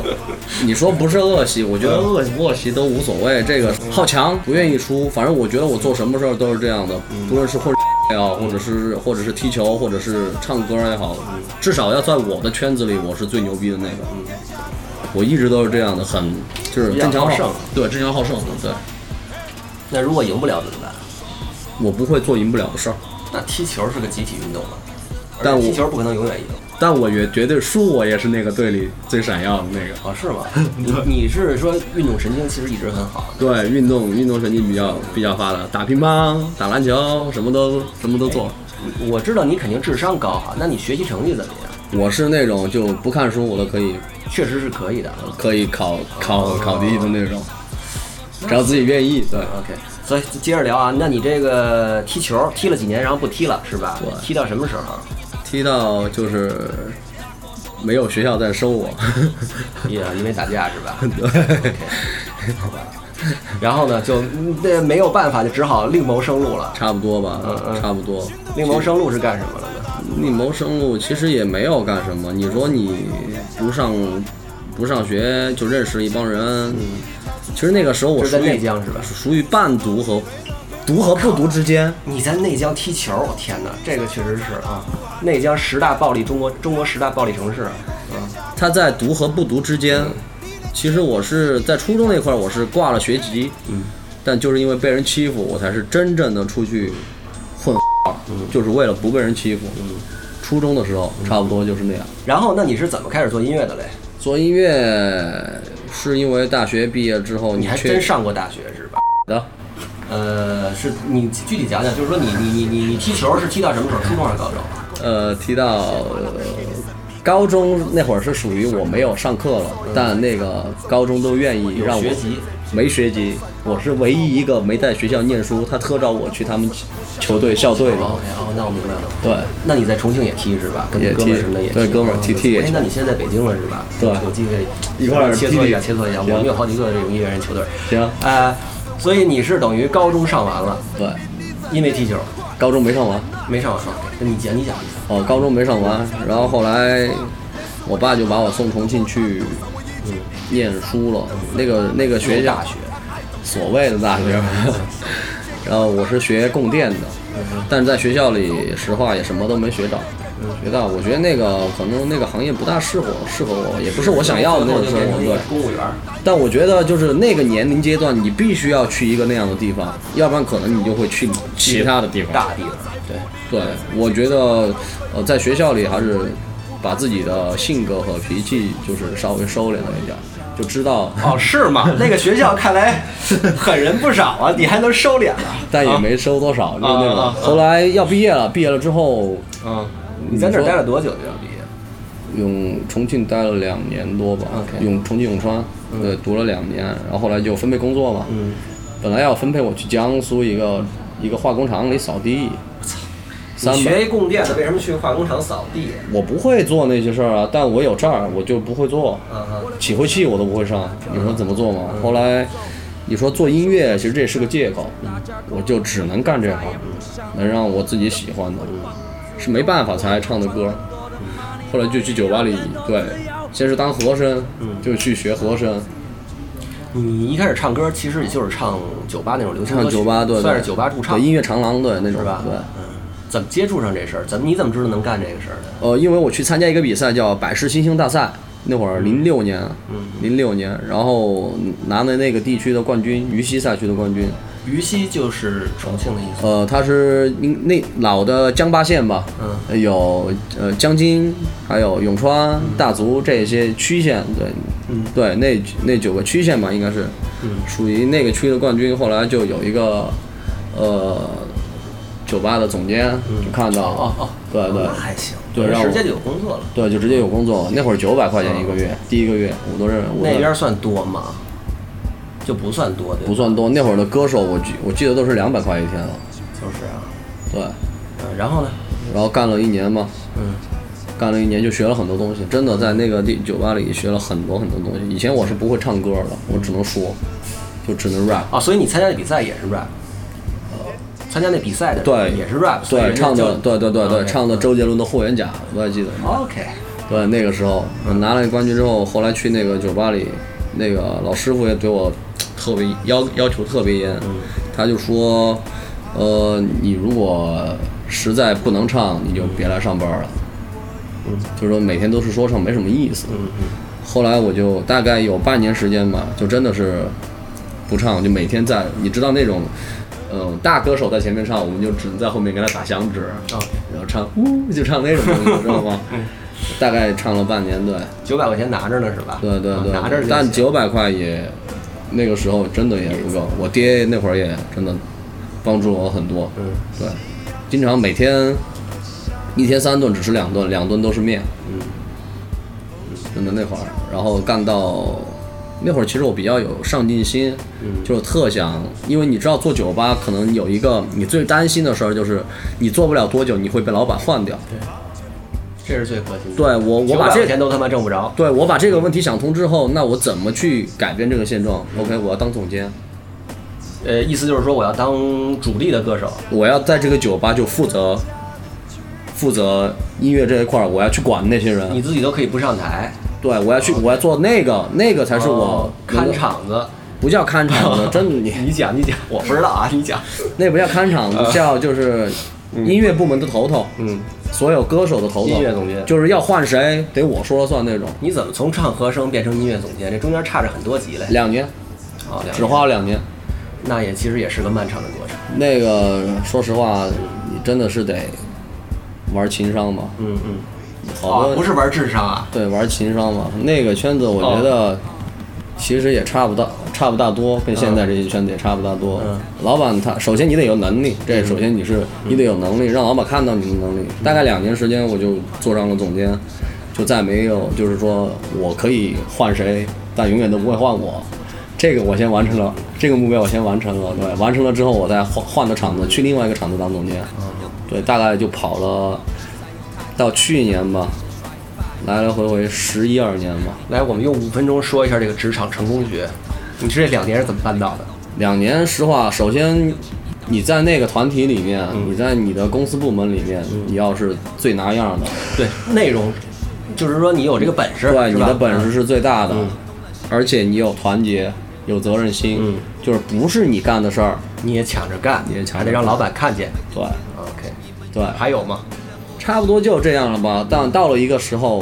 Speaker 3: 你说不是 恶习，我觉得恶习
Speaker 1: 嗯
Speaker 3: 不恶习都无所谓。这个好强，不愿意输，反正我觉得我做什么事儿都是这样的，
Speaker 1: 嗯
Speaker 3: 不论是混也好，或者是或者是踢球，或者是唱歌也好，至少要在我的圈子里，我是最牛逼的那个。我一直都是这样的，很就是
Speaker 1: 嗯比较
Speaker 3: 争强
Speaker 1: 好胜
Speaker 3: 好对争强好胜的，对
Speaker 1: 那如果赢不了怎么办？
Speaker 3: 我不会做赢不了的事儿，
Speaker 1: 那踢球是个集体运动嘛，而且
Speaker 3: 但我
Speaker 1: 踢球不可能永远赢。
Speaker 3: 但我也绝对输，我也是那个队里最闪耀的那个。
Speaker 1: 哦，是吗？你你是说运动神经其实一直很好？
Speaker 3: 对，运动运动神经比较比较发达，打乒乓、打篮球，什么都什么都做。
Speaker 1: 我知道你肯定智商高哈，那你学习成绩怎么样？
Speaker 3: 我是那种就不看书我都可以
Speaker 1: 确实是可以的。
Speaker 3: 可以考考考第一的那种，只要自己愿意。对，
Speaker 1: OK，所以接着聊啊，那你这个踢球踢了几年，然后不踢了是吧
Speaker 3: 对？
Speaker 1: 踢到什么时候？
Speaker 3: 踢到就是没有学校在收我。
Speaker 1: 也因为打架是吧？
Speaker 3: 对，
Speaker 1: 然后呢，就那没有办法，就只好另谋生路了。
Speaker 3: 差不多吧
Speaker 1: 嗯，嗯
Speaker 3: 差不多。
Speaker 1: 另谋生路是干什么了呢？
Speaker 3: 你谋生路其实也没有干什么。你说你不上不上学就认识一帮人，其实那个时候我
Speaker 1: 嗯就是在
Speaker 3: 属于
Speaker 1: 内江是吧？
Speaker 3: 属于半读和读和不读之间。
Speaker 1: 你在内江踢球，我天哪，这个确实是啊，内江十大暴力中国中国十大暴力城市啊，
Speaker 3: 他在读和不读之
Speaker 1: 嗯
Speaker 3: 间，其实我是在初中那块儿我是挂了学籍，
Speaker 1: 嗯
Speaker 3: 但就是因为被人欺负，我才是真正的出去混，
Speaker 1: 嗯
Speaker 3: 就是为了不被人欺负。初中的时候
Speaker 1: 嗯
Speaker 3: 差不多就是那样。
Speaker 1: 然后，那你是怎么开始做音乐的嘞？
Speaker 3: 做音乐是因为大学毕业之后
Speaker 1: 你还
Speaker 3: 确
Speaker 1: 真上过大学是吧？
Speaker 3: 的。
Speaker 1: 呃，是你具体讲讲，就是说你你你你你踢球是踢到什么时候？初中还是高中？
Speaker 3: 呃，踢到呃高中那会儿是属于我没有上课了，但那个高中都愿意让我
Speaker 1: 有学籍
Speaker 3: 没学籍，我是唯一一个没在学校念书，他特招我去他们球队校队
Speaker 1: 哦
Speaker 3: 了。
Speaker 1: ，OK，哦，那我明白了。
Speaker 3: 对，
Speaker 1: 那你在重庆也踢是吧？跟你
Speaker 3: 也
Speaker 1: 哥
Speaker 3: 踢
Speaker 1: 们儿什么的也踢。
Speaker 3: 对哥们儿踢踢也
Speaker 1: 哎
Speaker 3: 踢，
Speaker 1: 那你现在在北京了是吧？
Speaker 3: 对
Speaker 1: 有机会
Speaker 3: 一块儿
Speaker 1: 切磋一下，
Speaker 3: 踢踢
Speaker 1: 切磋一下。我
Speaker 3: 行
Speaker 1: 们有好几个这种业余人球队。
Speaker 3: 行
Speaker 1: 呃，所以你是等于高中上完了，
Speaker 3: 对，
Speaker 1: 因为踢球
Speaker 3: 高中没上完，
Speaker 1: 没上完。那你讲，你讲一下。
Speaker 3: 哦，高中没上完，然后后来我爸就把我送重庆去嗯念书了，嗯那个那个学校
Speaker 1: 大学
Speaker 3: 所谓的大学， 然后我是学供电的，但是在学校里，实话也什么都没学到。学到，我觉得那个可能那个行业不大适合适合我，也不是我想要的那种生活。对，
Speaker 1: 公务员儿。
Speaker 3: 但我觉得就是那个年龄阶段，你必须要去一个那样的地方，要不然可能你就会去其他的地方。
Speaker 1: 大地方，
Speaker 3: 对，对，我觉得呃，在学校里还是把自己的性格和脾气就是稍微收敛了一点儿，就知道，
Speaker 1: 哦，是 吗？那个学校看来狠人不少啊，你还能收敛啊了。
Speaker 3: 但也没收多少，就是那
Speaker 1: 啊啊
Speaker 3: 种
Speaker 1: 啊。
Speaker 3: 后来要毕业了，毕业了之后，
Speaker 1: 嗯，你在那儿待了多久就要毕业？
Speaker 3: 永重庆待了两年多吧
Speaker 1: OK
Speaker 3: 永重庆永川，对，读了两年，然后后来就分配工作嘛，嗯，本来要分配我去江苏一个一个化工厂里扫地，三
Speaker 1: 你
Speaker 3: 百
Speaker 1: 学一供电的，为什么去化工厂扫地？
Speaker 3: 我不会做那些事儿啊，但我有证儿，我就不会做。
Speaker 1: 嗯嗯
Speaker 3: 起灰器我都不会上，你说怎么做嘛？后来你说做音乐，其实这也是个借口，嗯我就只能干这行，嗯能让我自己喜欢的，嗯是没办法才唱的歌。嗯后来就去酒吧里，对，先是当和声，
Speaker 1: 嗯
Speaker 3: 就去学和声，
Speaker 1: 你一开始唱歌其实也就是唱酒吧那种流行歌
Speaker 3: 唱
Speaker 1: 曲
Speaker 3: 酒吧，对，对
Speaker 1: 算是酒吧驻唱
Speaker 3: 对音乐长廊，对那种
Speaker 1: 是吧？
Speaker 3: 对。
Speaker 1: 嗯，怎么接触上这事儿？怎么你怎么知道能干这个事儿的？
Speaker 3: 呃，因为我去参加一个比赛叫百事新星大赛，那
Speaker 1: 嗯
Speaker 3: 会儿零六年，零六年，然后拿的那个地区的冠军，渝西赛区的冠军。
Speaker 1: 渝西就是重庆的意思。
Speaker 3: 呃，它是应那老的江八县吧，嗯，有呃江津，还有永
Speaker 1: 嗯
Speaker 3: 川、大足这些区县，对，嗯，对，那那九个区县吧，应该是，嗯，属于那个区的冠军。后来就有一个，呃，酒吧的总监就看到，
Speaker 1: 哦哦，
Speaker 3: 对对，
Speaker 1: 那还行，
Speaker 3: 对
Speaker 1: 人
Speaker 3: 让我
Speaker 1: 直接就有工作了。
Speaker 3: 对，就直接有工作。那会儿九百块钱一个月，第一个月我都认为我都
Speaker 1: 哦那边算多吗？就不算多，对吧
Speaker 3: 不，算多。那会儿的歌手，我记我记得都是两百块一天了。
Speaker 1: 就是啊。
Speaker 3: 对，
Speaker 1: 嗯，然后呢？
Speaker 3: 然后干了一年嘛，
Speaker 1: 嗯，
Speaker 3: 干了一年就学了很多东西，真的在那个地酒吧里学了很多很多东西。以前我是不会唱歌的，
Speaker 1: 嗯
Speaker 3: 我只能说，就只能 rap。
Speaker 1: 哦，所以你参加的比赛也是 rap，参加那比赛的
Speaker 3: 对，
Speaker 1: 也是 rap，所以
Speaker 3: 对，
Speaker 1: 人家
Speaker 3: 唱
Speaker 1: 就
Speaker 3: 的，对对对对，
Speaker 1: 啊 OK
Speaker 3: 唱的周杰伦的《霍元甲》，我还记得。
Speaker 1: OK，
Speaker 3: 对，那个时候拿了冠军之后，后来去那个酒吧里，那个老师傅也对我特别要要求特别严，
Speaker 1: 嗯
Speaker 3: 他就说，呃，你如果实在不能唱，你就别来上班了。
Speaker 1: 嗯
Speaker 3: 就是说每天都是说唱没什么意思。后来我就大概有半年时间吧，就真的是不唱，就每天在你知道那种，呃，大歌手在前面唱，我们就只能在后面给他打响指，
Speaker 1: 嗯
Speaker 3: 然后唱呜就唱那种东西，知道吗？大概唱了半年，对
Speaker 1: 九百块钱拿着呢是吧？
Speaker 3: 对对
Speaker 1: 啊
Speaker 3: 对，
Speaker 1: 拿着就行。
Speaker 3: 但九百块也那个时候真的也不够，我爹那会儿也真的帮助了我很多，
Speaker 1: 嗯
Speaker 3: 对，经常每天一天三顿只吃两顿，两顿都是面，
Speaker 1: 嗯，
Speaker 3: 真的那会儿，然后干到那会儿，其实我比较有上进心，
Speaker 1: 嗯
Speaker 3: 就是特想，因为你知道做酒吧可能有一个你最担心的事儿就是你做不了多久你会被老板换掉，
Speaker 1: 这是最核心的。
Speaker 3: 对我我把
Speaker 1: 900
Speaker 3: 这
Speaker 1: 块钱都他妈挣不着。
Speaker 3: 对我把这个问题想通之后，那我怎么去改变这个现状？OK，我要当总监，
Speaker 1: 呃，意思就是说我要当主力的歌手，
Speaker 3: 我要在这个酒吧就负责负责音乐这一块儿，我要去管那些
Speaker 1: 你
Speaker 3: 人。
Speaker 1: 自己都可以不上台，
Speaker 3: 对，我要去，我要做那个，那个才
Speaker 1: 还
Speaker 3: 是我
Speaker 1: 哦看，场子。
Speaker 3: 不叫看 场的，真的你
Speaker 1: 你讲，你讲，我不知道啊，你 讲。
Speaker 3: 那不叫看场，叫就是音乐部门的头头，
Speaker 1: 哦嗯，
Speaker 3: 所有歌手的头头，
Speaker 1: 音乐总监
Speaker 3: 就是要换谁得我说了算那种。
Speaker 1: 你怎么从唱和声变成音乐总监？这中间差着很多级嘞。
Speaker 3: 两年，
Speaker 1: 哦，两
Speaker 3: 只花了两年。
Speaker 1: 那也其实也是个漫长的过程。
Speaker 3: 那个说实话，你真的是得玩情商吧？
Speaker 1: 嗯嗯。
Speaker 3: 好多、
Speaker 1: 哦，不是玩智商啊。
Speaker 3: 对玩情商吧？那个圈子我觉得其实也差不大，差不大多，跟现在这些圈子也差不大多。
Speaker 1: 嗯
Speaker 3: 老板他首先你得有能力，这首先你是、你得有能力，让老板看到你的能力。大概两年时间我就做上了总监，就再没有就是说我可以换谁，但永远都不会换我。这个我先完成了，这个目标我先完成了，对，完成了之后我再换换个场子去另外一个场子当总监，对，大概就跑了到去年吧，来来回回十一二年吧，
Speaker 1: 来，我们用五分钟说一下这个职场成功学。你这两年是怎么办到的？
Speaker 3: 两年，实话，首先你在那个团体里面，
Speaker 1: 嗯
Speaker 3: 你在你的公司部门里面，你要是最拿样的，
Speaker 1: 对，内容就是说你有这个本事，
Speaker 3: 对，
Speaker 1: 是
Speaker 3: 你
Speaker 1: 吧嗯
Speaker 3: 的本事是最大的，而且你有团结，有责任心，
Speaker 1: 嗯
Speaker 3: 就是不是你干的事儿，
Speaker 1: 你也抢着干，
Speaker 3: 你也抢着
Speaker 1: 还得让老板看见。
Speaker 3: 对
Speaker 1: OK，
Speaker 3: 对，
Speaker 1: 还有吗？
Speaker 3: 差不多就这样了吧。但到了一个时候，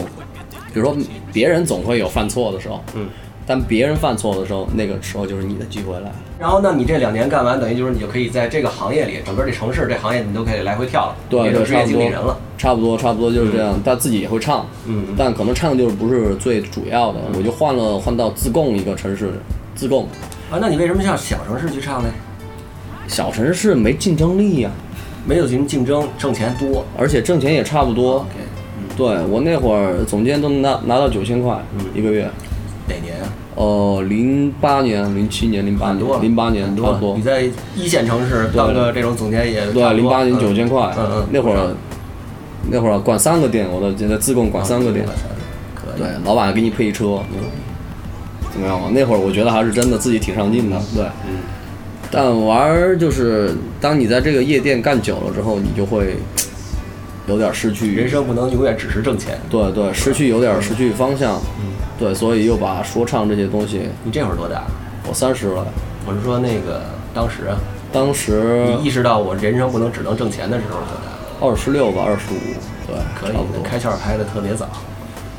Speaker 3: 比如说别人总会有犯错的时候，嗯，但别人犯错的时候，那个时候就是你的机会来了。
Speaker 1: 然后，那你这两年干完，等于就是你就可以在这个行业里，整个这城市这行业你都可以来回跳了，
Speaker 3: 对，
Speaker 1: 你
Speaker 3: 就
Speaker 1: 就职
Speaker 3: 差
Speaker 1: 业
Speaker 3: 不
Speaker 1: 经
Speaker 3: 多
Speaker 1: 理人了。，
Speaker 3: 差不多，差不多就是这样。但自己也会唱，嗯，但可能唱就是不是最主要
Speaker 1: 嗯
Speaker 3: 的。我就换了，换到自贡一个城市，自贡
Speaker 1: 啊，那你为什么向小城市去唱呢？
Speaker 3: 小城市没竞争力呀、
Speaker 1: 没有什么竞争，挣钱多。
Speaker 3: 而且挣钱也差不
Speaker 1: 哦
Speaker 3: 多。对我那会儿总监都拿拿到九千块、
Speaker 1: 嗯
Speaker 3: 一个月，
Speaker 1: 哪年啊？
Speaker 3: 呃，零八年、零七年、零八
Speaker 1: 很多
Speaker 3: 年、
Speaker 1: 了，
Speaker 3: 零八年
Speaker 1: 很
Speaker 3: 差
Speaker 1: 多
Speaker 3: 不
Speaker 1: 了。
Speaker 3: 多
Speaker 1: 啊你，在一线城市当个这种总监也
Speaker 3: 对，
Speaker 1: 差不多
Speaker 3: 零八年
Speaker 1: 嗯
Speaker 3: 九千块
Speaker 1: 嗯嗯，，
Speaker 3: 那会儿那会儿管三个店，我都觉得自贡管三个
Speaker 1: 哦
Speaker 3: 店。
Speaker 1: 可以
Speaker 3: 对，老板给你配一车，怎么样啊？那会儿我觉得还是真的自己挺上进的，对，嗯。但玩儿就是，当你在这个夜店干久了之后，你就会有点失去
Speaker 1: 人生不能永远只是挣钱。
Speaker 3: 对对，失去有点失去方向，
Speaker 1: 嗯
Speaker 3: 对，所以又把说唱这些东西，
Speaker 1: 你这会儿多大？
Speaker 3: 我三十了，
Speaker 1: 我是说那个当时啊
Speaker 3: 当时
Speaker 1: 你意识到我人生不能只能挣钱的时候是多大？
Speaker 3: 二十六吧，二十五，对，
Speaker 1: 可以
Speaker 3: 差不，多
Speaker 1: 那开窍开的特别早。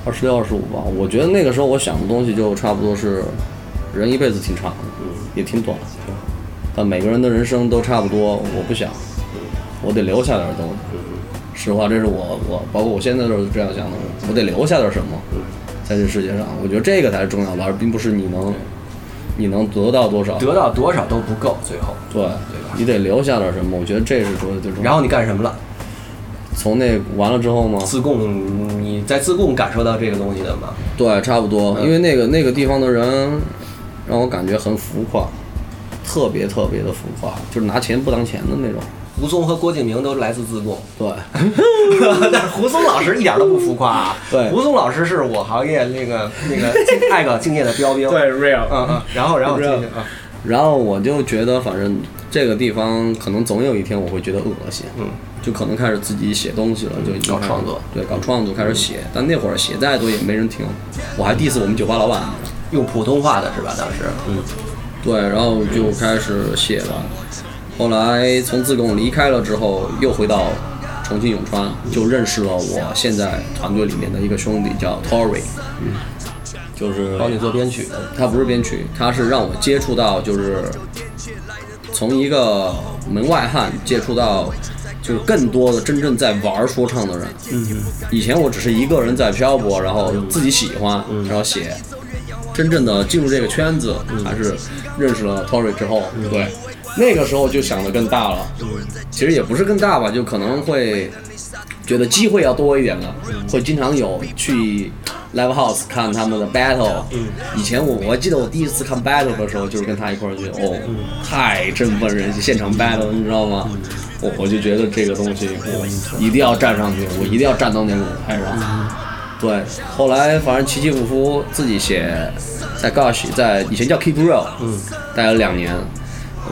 Speaker 3: 二十六、二十五吧。我觉得那个时候我想的东西就差不多是，人一辈子挺长的，
Speaker 1: 嗯
Speaker 3: 也挺短的，但每个人的人生都差不多。我不想，
Speaker 1: 嗯
Speaker 3: 我得留下点东西。实话，这是我我包括我现在都是这样想的，我得留下点什么，
Speaker 1: 嗯
Speaker 3: 在这世界上，我觉得这个才是重要的，而并不是你能你能得到多少。
Speaker 1: 得到多少都不够，最后。
Speaker 3: 对，你得留下点什么，我觉得这是说最重要的。
Speaker 1: 然后你干什么了？
Speaker 3: 从那完了之后吗？
Speaker 1: 自贡，你在自贡感受到这个东西的吗？
Speaker 3: 对，差不多，
Speaker 1: 嗯
Speaker 3: 因为那个那个地方的人让我感觉很浮夸，特别特别的浮夸，就是拿钱不当钱的那种。
Speaker 1: 胡松和郭敬明都来自自 贡，
Speaker 3: 对，
Speaker 1: 但是胡松老师一点都不浮夸啊。
Speaker 3: 对
Speaker 1: 胡松老师是我行业那个那个 敬爱岗敬业的标兵。
Speaker 6: 对，real
Speaker 1: 嗯嗯。然后然后继
Speaker 3: Real
Speaker 1: 续啊，
Speaker 3: 然后我就觉得，反正这个地方可能总有一天我会觉得恶心，嗯，就可能开始自己写东西了，就已经
Speaker 1: 搞
Speaker 3: 开始
Speaker 1: 创作，
Speaker 3: 对，搞创作开始写，但那会儿写再多也没人听，我还 diss 我们酒吧老板呢。
Speaker 1: 用普通话的是吧？当时，嗯，
Speaker 3: 对，然后就开始写了。后来从自贡离开了之后，又回到重庆永川，就认识了我现在团队里面的一个兄弟，叫 Tory，就是
Speaker 1: 帮你做编曲的。
Speaker 3: 他不是编曲，他是让我接触到就是从一个门外汉接触到就是更多的真正在玩说唱的人。嗯，以前我只是一个人在漂泊，然后自己喜欢，然后写。真正的进入这个圈子，还是认识了 Tory 之后，对，那个时候就想的更大了。其实也不是更大吧，就可能会觉得机会要多一点了，会经常有去 live house 看他们的 battle。以前我我还记得我第一次看 battle 的时候，就是跟他一块儿去，哦，太振奋人心，现场 battle 你知道吗？我我就觉得这个东西我一定要站上去，我一定要站到那个舞台上。对，后来反正起起伏伏，自己写，在 Gush，在以前叫 Keep Real，嗯，待了两年，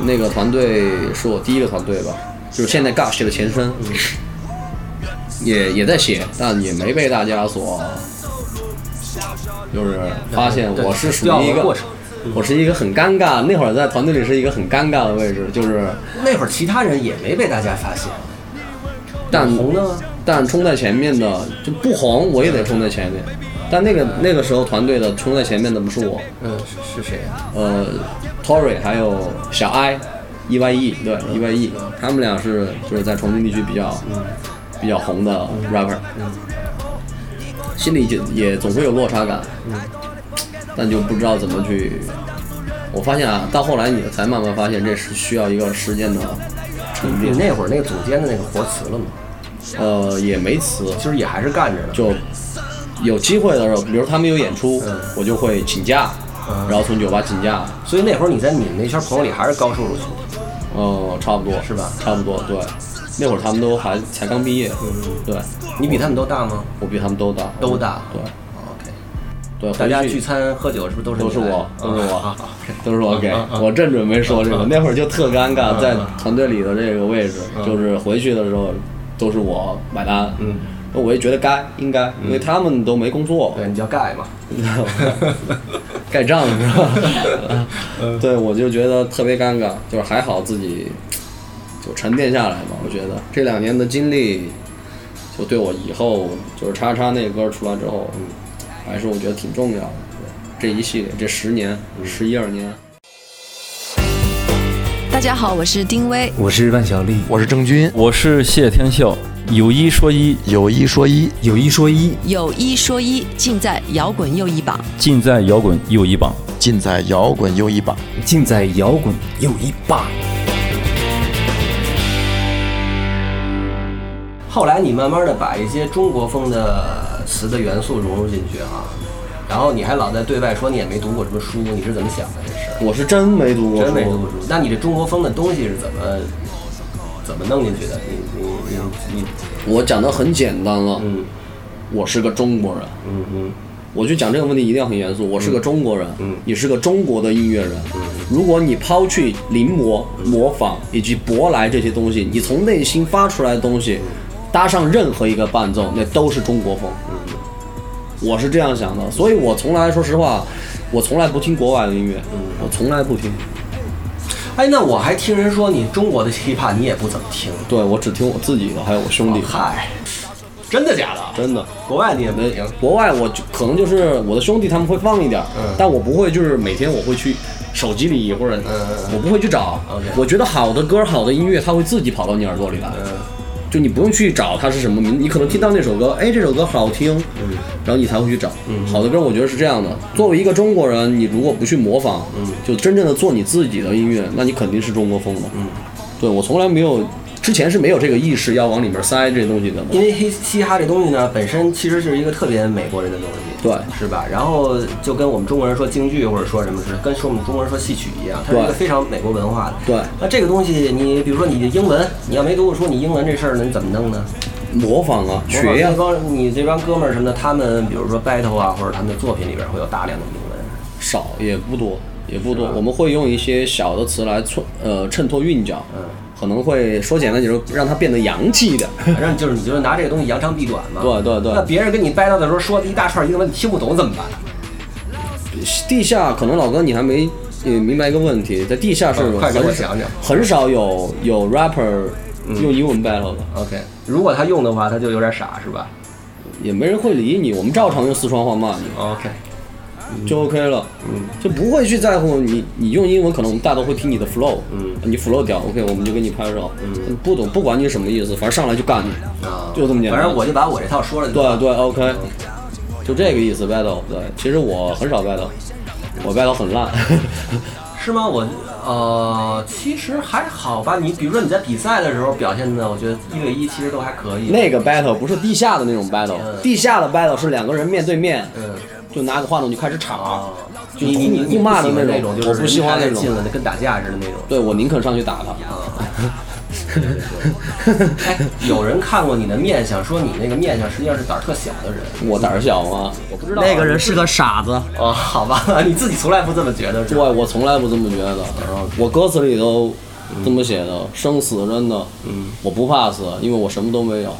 Speaker 3: 那个团队是我第一个团队吧，就是现在 Gush 的前身，
Speaker 1: 嗯
Speaker 3: 也也在写，但也没被大家所，就是发现
Speaker 1: 对
Speaker 3: 我是属
Speaker 1: 调
Speaker 3: 于
Speaker 1: 研
Speaker 3: 一个
Speaker 1: 过程，嗯
Speaker 3: 我是一个很尴尬，那会儿在团队里是一个很尴尬的位置，就是
Speaker 1: 那会儿其他人也没被大家发现，
Speaker 3: 但
Speaker 1: 红的吗？
Speaker 3: 但冲在前面的就不红，我也得冲在前面。但那个那个时候团队的冲在前面的不是我，
Speaker 1: 嗯，是是谁呀？
Speaker 3: 呃，Tory 还有小 I E Y E 对 E Y E，他们俩是就是在重庆地区比较比较红的 rapper，心里就也总会有落差感，但就不知道怎么去。我发现啊，到后来你才慢慢发现，这是需要一个时间的沉
Speaker 1: 你
Speaker 3: 淀。
Speaker 1: 那会儿那个总监的那个活辞了吗？
Speaker 3: 呃，也没辞，
Speaker 1: 就是也还是干着呢。
Speaker 3: 就有机会的时候，比如他们有演出，
Speaker 1: 嗯
Speaker 3: 我就会请假，然后从酒吧请假，
Speaker 1: 所以那会儿你在你们那圈朋友里还是高收入群体，
Speaker 3: 嗯，差不多
Speaker 1: 是吧
Speaker 3: 差不多，对。那会儿他们都还才刚毕业，对，
Speaker 1: 你比他们都大吗？
Speaker 3: 我比他们都大，
Speaker 1: 嗯都大
Speaker 3: 对
Speaker 1: ，OK。
Speaker 3: 对，
Speaker 1: 大家
Speaker 3: 回去
Speaker 1: 聚餐喝酒是不是都是
Speaker 3: 都是
Speaker 1: 你来
Speaker 3: 我，都是
Speaker 1: 啊
Speaker 3: 我
Speaker 1: 好好，
Speaker 3: 都是我给
Speaker 1: 啊啊。
Speaker 3: 我正准备说这
Speaker 1: 嗯
Speaker 3: 个，那会儿就特尴尬，在团队里的这个位置，就是回去的时候都是我买单。嗯，我也觉得该应该，因
Speaker 1: 嗯
Speaker 3: 为他们都没工作，
Speaker 1: 对，你叫盖嘛，
Speaker 3: 盖账是吧？
Speaker 1: 嗯
Speaker 3: 对，我就觉得特别尴尬，就是还好自己就沉淀下来嘛。我觉得这两年的经历，就对我以后就是叉叉那歌出来之后，嗯还是我觉得挺重要的。对这一系列这十年、十一二年。
Speaker 7: 大家好，我是丁薇，
Speaker 8: 我是万小丽，
Speaker 9: 我是郑钧，
Speaker 10: 我是谢天笑，有一说一，
Speaker 9: 有一说一，
Speaker 8: 有一说一，
Speaker 7: 有一说一，尽在摇滚又一榜。
Speaker 10: 尽在摇滚又一榜。
Speaker 9: 尽在摇滚又一榜。
Speaker 8: 尽在摇滚又一霸。
Speaker 1: 后来你慢慢的把一些中国风的词的元素融入进去哈、然后你还老在对外说你也没读过什么书，你是怎么想的这事儿？
Speaker 3: 我是真没读过
Speaker 1: 嗯
Speaker 3: 书，
Speaker 1: 真没读过书，那你这中国风的东西是怎么怎么弄进去的？你你你你，
Speaker 3: 我讲的很简单了，
Speaker 1: 嗯
Speaker 3: 我是个中国人。
Speaker 1: 嗯嗯，
Speaker 3: 我就讲这个问题一定要很严肃。我是个中国人，你是个中国的音乐人。
Speaker 1: 嗯
Speaker 3: 如果你抛去临摹、模仿以及舶来这些东西，你从内心发出来的东西，
Speaker 1: 嗯
Speaker 3: 搭上任何一个伴奏，那都是中国风。我是这样想的，所以我从来说实话，我从来不听国外的音乐，我从来不听。
Speaker 1: 哎，那我还听人说你中国的 hiphop 你也不怎么听，
Speaker 3: 对我只听我自己的，还有我兄弟。
Speaker 1: 嗨，真的假的？
Speaker 3: 真的。
Speaker 1: 国外你也没
Speaker 3: 没
Speaker 1: 听？
Speaker 3: 国外我就可能就是我的兄弟他们会放一点儿，但我不会就是每天我会去手机里或者我不会去找。
Speaker 1: OK
Speaker 3: 我觉得好的歌、好的音乐，它会自己跑到你耳朵里来。就你不用去找它是什么名，你可能听到那首歌，哎，这首歌好听，然后你才会去找。好的歌，我觉得是这样的。作为一个中国人，你如果不去模仿，就真正的做你自己的音乐，那你肯定是中国风的。对我从来没有，之前是没有这个意识要往里面塞这东西的嘛。
Speaker 1: 因为嘻嘻哈这东西呢，本身其实是一个特别美国人的东西，
Speaker 3: 对
Speaker 1: 是吧？然后就跟我们中国人说京剧或者说什么是跟说我们中国人说戏曲一样，它是一个
Speaker 3: 对
Speaker 1: 非常美国文化的。
Speaker 3: 对
Speaker 1: 那这个东西你比如说你的英文，你要没读过书，你英文这事儿呢，你怎么弄呢？
Speaker 3: 模仿啊，学呀、
Speaker 1: 那帮你这帮哥们儿什么的，他们比如说 battle 啊，或者他们的作品里边会有大量的英文。
Speaker 3: 少也不多，也不多。我们会用一些小的词来衬呃衬托韵脚，
Speaker 1: 嗯
Speaker 3: 可能会说简单点，就是让它变得洋气一点。
Speaker 1: 反正就是你就是拿这个东西扬长避短嘛。
Speaker 3: 对对对
Speaker 1: 那别人跟你 battle 的时候说一大串英文，你听不懂怎么办？
Speaker 3: 地下可能老哥你还没呃明白一个问题，在地下是
Speaker 1: 嗯
Speaker 3: 很
Speaker 1: 快给
Speaker 3: 少、
Speaker 1: 我讲嗯讲
Speaker 3: 很少有有 rapper 用英文 battle 的，
Speaker 1: OK，如果他用的话，他就有点傻，是吧
Speaker 3: 也没人会理你。我们照常用四川话骂你
Speaker 1: ？OK，嗯
Speaker 3: 就 OK 了，就不会去在乎你你用英文，可能我们大多会听你的 flow，
Speaker 1: 嗯
Speaker 3: 你 flow 屌 OK，我们就给你拍照，不懂不管你什么意思，反正上来就干你，
Speaker 1: 啊
Speaker 3: 就这么简单。
Speaker 1: 反正我就把我这套说了就
Speaker 3: 对对，OK，就这个意思 battle。对，其实我很少 battle，我 battle 很烂。
Speaker 1: 是吗？我呃，其实还好吧。你比如说你在比赛的时候表现的，我觉得一对一其实都还可以。
Speaker 3: 那个 battle 不是地下的那种 battle，
Speaker 1: 嗯
Speaker 3: 地下的 battle 是两个人面对面，
Speaker 1: 嗯
Speaker 3: 就拿个话筒就开始吵，就
Speaker 1: 啊你你你
Speaker 3: 互
Speaker 1: 不
Speaker 3: 骂的
Speaker 1: 喜欢
Speaker 3: 那
Speaker 1: 那
Speaker 3: 种
Speaker 1: 就是
Speaker 3: 我不喜欢那种
Speaker 1: 进了跟打架似的那种。
Speaker 3: 对我宁肯上去打他。
Speaker 1: 哎，有人看过你的面相，说你那个面相实际上是胆儿特小的人。
Speaker 3: 我胆儿小吗？我不知道。
Speaker 1: 啊
Speaker 3: 那个人是个傻子。
Speaker 1: 哦，好吧， 你自己从来不这么觉得是
Speaker 3: 对，
Speaker 1: 吧？
Speaker 3: 我从来不这么觉得。我歌词里都这么写
Speaker 1: 嗯
Speaker 3: 的，生死真的，我不怕死，因为我什么都没有，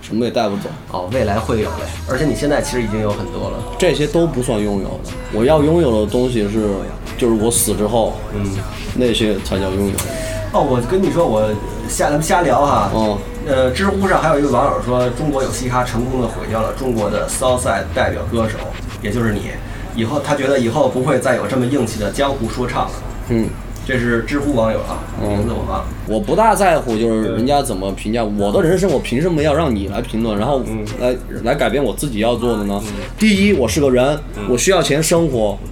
Speaker 3: 什么也带不走。
Speaker 1: 哦，未来会有的，而且你现在其实已经有很多了。
Speaker 3: 这些都不算拥有的。我要拥有的东西是，就是我死之后，嗯，那些才叫拥有。
Speaker 1: 哦，我跟你说，我瞎咱们瞎聊哈。
Speaker 3: 哦。
Speaker 1: 呃，知乎上还有一个网友说，中国有嘻哈成功的毁掉了中国的 Southside 代表歌手，也就是你。以后他觉得以后不会再有这么硬气的江湖说唱了。
Speaker 3: 嗯，
Speaker 1: 这是知乎网友啊，名字我忘了。
Speaker 3: 我不大在乎，就是人家怎么评价我的人生，我凭什么要让你来评论，然后来来改变我自己要做的呢？第一，我是个人，我需要钱生活，嗯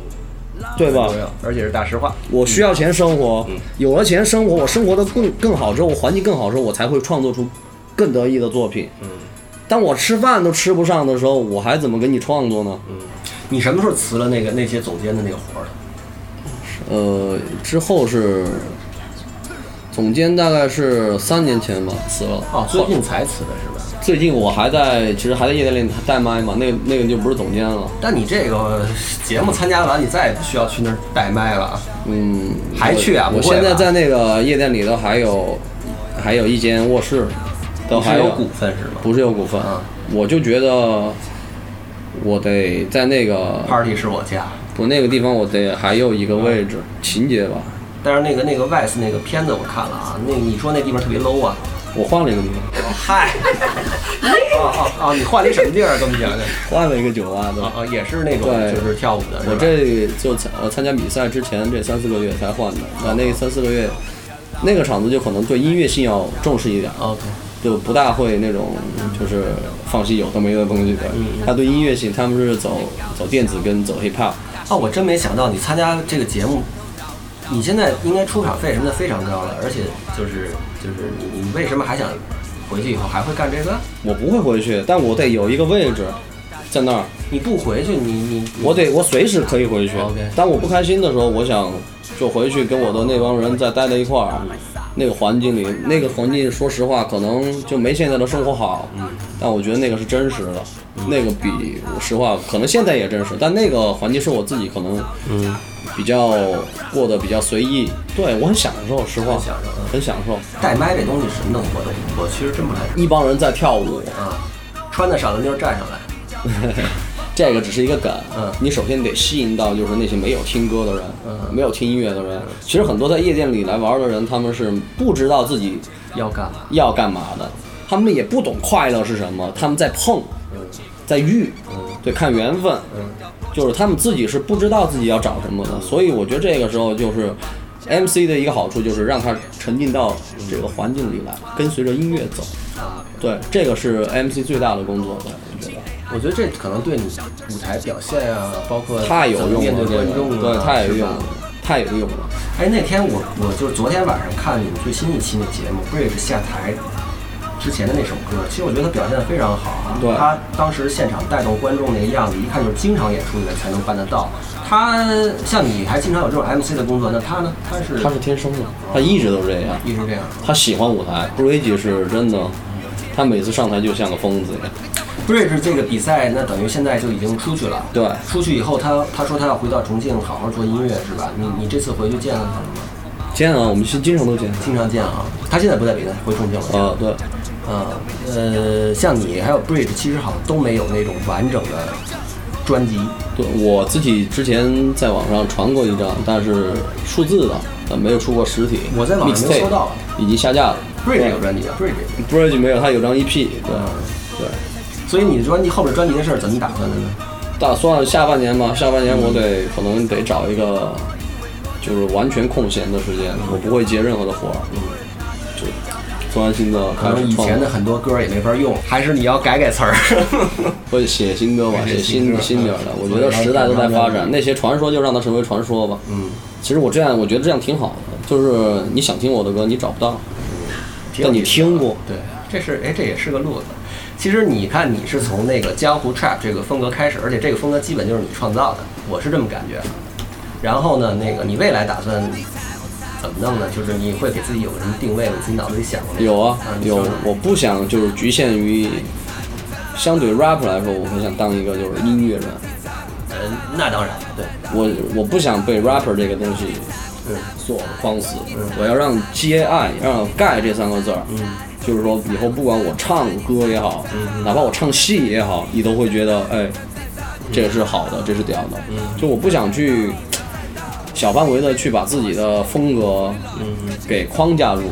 Speaker 3: 对嗯吧？
Speaker 1: 哦而且是大实话。
Speaker 3: 我需要钱生活，有了钱生活，嗯我生活的更更好之后，我环境更好之后，我才会创作出更得意的作品。当我吃饭都吃不上的时候，我还怎么给你创作呢？
Speaker 1: 你什么时候辞了那个那些总监的那个活儿的？
Speaker 3: 呃，之后是总监，大概是三年前吧，辞了。
Speaker 1: 哦，最近才辞的是吧？
Speaker 3: 最近我还在，其实还在夜店里带麦嘛，那个那个就不是总监了。
Speaker 1: 但你这个节目参加完，你再也不需要去那儿带麦了啊。
Speaker 3: 嗯，
Speaker 1: 还去啊
Speaker 3: 我
Speaker 1: 不
Speaker 3: 我
Speaker 1: 会吧
Speaker 3: 现在在那个夜店里头还有还有一间卧室，都
Speaker 1: 你
Speaker 3: 哦还
Speaker 1: 是有股份是吗？
Speaker 3: 不是有股份，
Speaker 1: 啊
Speaker 3: 我就觉得我得在那个
Speaker 1: ，Party 是我家。
Speaker 3: 不那个地方，我得还有一个位置，情节吧，
Speaker 1: 但是那个那个 Vice 那个片子我看了啊，那你说那地方特别 low 啊？
Speaker 3: 我换了一个地方，
Speaker 1: 嗨， 哦哦哦，你换了一什么地儿？跟我们讲讲。
Speaker 3: 换了一个酒吧都。
Speaker 1: 哦哦，也是那种
Speaker 3: 对
Speaker 1: 就是跳舞的。是吧
Speaker 3: 我这就参我参加比赛之前这三四个月才换的，那那三四个月，那个场子就可能对音乐性要重视一点，啊
Speaker 1: OK，
Speaker 3: 就不大会那种就是放弃有的没的东西的。他对音乐性，他们是走走电子跟走 hip hop，
Speaker 1: 哦，我真没想到你参加这个节目，你现在应该出场费什么的非常高了，而且就是就是你你为什么还想回去以后还会干这个？
Speaker 3: 我不会回去，但我得有一个位置在那儿，
Speaker 1: 你不回去，你你
Speaker 3: 我得我随时可以回去
Speaker 1: OK。
Speaker 3: 当我不开心的时候，我想就回去跟我的那帮人再待在一块儿，那个环境里，那个环境说实话可能就没现在的生活好，
Speaker 1: 嗯
Speaker 3: 但我觉得那个是真实的，那个比实话可能现在也真实，但那个环境是我自己可能
Speaker 1: 嗯
Speaker 3: 比较过得比较随意，对我很享受，实话
Speaker 1: 很享受嗯
Speaker 3: 很享受，
Speaker 1: 带麦这东西什么东西我都不我其实真不太
Speaker 3: 一帮人在跳舞，
Speaker 1: 啊，穿得少的妞儿站上来。
Speaker 3: 这个只是一个梗，
Speaker 1: 嗯
Speaker 3: 你首先得吸引到就是那些没有听歌的人，
Speaker 1: 嗯
Speaker 3: 没有听音乐的人。其实很多在夜店里来玩的人，他们是不知道自己
Speaker 1: 要干嘛？
Speaker 3: 要干嘛的，他们也不懂快乐是什么，他们在碰，
Speaker 1: 嗯
Speaker 3: 在遇，对，看缘分，就是他们自己是不知道自己要找什么
Speaker 1: 嗯
Speaker 3: 的，所以我觉得这个时候就是。MC 的一个好处就是让他沉浸到这个环境里来，跟随着音乐走。
Speaker 1: 啊
Speaker 3: 对，这个是 MC 最大的工作吧，我觉得。
Speaker 1: 我觉得这可能对你舞台表现啊，包括
Speaker 3: 太有
Speaker 1: 怎么
Speaker 3: 用
Speaker 1: 面
Speaker 3: 了，
Speaker 1: 对
Speaker 3: 这个
Speaker 1: 观众啊，
Speaker 3: 对，太有
Speaker 1: 是
Speaker 3: 用
Speaker 1: 吧
Speaker 3: 了，太有用了。
Speaker 1: 哎，那天我我就是昨天晚上看你们最新一期那节目，Bridge 下台之前的那首歌，其实我觉得他表现的非常好啊。
Speaker 3: 对
Speaker 1: 他当时现场带动观众那个样子，一看就是经常演出的人才能办得到。他像你还经常有这种 MC 的工作，那他呢？他是
Speaker 3: 他是天生的，他一直都是这样。
Speaker 1: 一直这样。
Speaker 3: 他喜欢舞台 b r a g e 是真的，他每次上台就像个疯子一样。
Speaker 1: Bridge 这个比赛，那等于现在就已经出去了。
Speaker 3: 对
Speaker 1: 出去以后他他说他要回到重庆好好做音乐是吧？你你这次回去见了他了吗？
Speaker 3: 见啊，我们经经常都见。
Speaker 1: 经常见啊，他现在不在北京，回重庆了。
Speaker 3: 啊，对，
Speaker 1: 啊，呃，像你还有 Bridge，其实好像都没有那种完整的专辑。
Speaker 3: 对我自己之前在网上传过一张，但是数字的，但没有出过实体。
Speaker 1: 我在网上能搜到了，
Speaker 3: 已经下架了。
Speaker 1: Bridge 有专辑啊，Bridge，
Speaker 3: b r a g e 没有，他有张 EP，对对。
Speaker 1: 所以你的专辑后边专辑的事儿怎么打算的呢？
Speaker 3: 打算下半年吧，下半年
Speaker 1: 嗯
Speaker 3: 我得、可能得找一个，就是完全空闲的时间，我不会接任何的活儿，就专心的
Speaker 1: 嗯可
Speaker 3: 开
Speaker 1: 能
Speaker 3: 始
Speaker 1: 以
Speaker 3: 创
Speaker 1: 前
Speaker 3: 作
Speaker 1: 的，很多歌也没法用，还是你要改改词儿。
Speaker 3: 会写新歌吧，
Speaker 1: 写
Speaker 3: 写
Speaker 1: 新
Speaker 3: 新
Speaker 1: 歌
Speaker 3: 新点儿的
Speaker 1: 嗯。
Speaker 3: 我觉得时代都在
Speaker 1: 所以要
Speaker 3: 发
Speaker 1: 改
Speaker 3: 展，
Speaker 1: 变
Speaker 3: 那些传说就让它成为传说吧。嗯，其实我这样，我觉得这样挺好的，就是你想听我的歌，你找不到，
Speaker 1: 挺有
Speaker 3: 但
Speaker 1: 意
Speaker 3: 你
Speaker 1: 思的
Speaker 3: 听过。
Speaker 1: 对，这是哎，这也是个路子。其实你看，你是从那个江湖 trap 这个风格开始，而且这个风格基本就是你创造的，我是这么感觉。然后呢，那个你未来打算怎么弄呢？就是你会给自己有个什么定位吗？你自己脑子里想过没
Speaker 3: 有啊，
Speaker 1: 嗯你
Speaker 3: 有
Speaker 1: 说说，
Speaker 3: 我不想就是局限于，相对 rap 来说，我很想当一个就是音乐人。
Speaker 1: 呃，那当然，对，
Speaker 3: 我我不想被 rapper 这个东西
Speaker 1: 嗯
Speaker 3: 所框死，我要让 G A I 让盖这三个字儿，就是说以后不管我唱歌也好，哪怕我唱戏也好，你都会觉得哎，这个是好的，这是屌的，就我不想去小范围的去把自己的风格给框架住，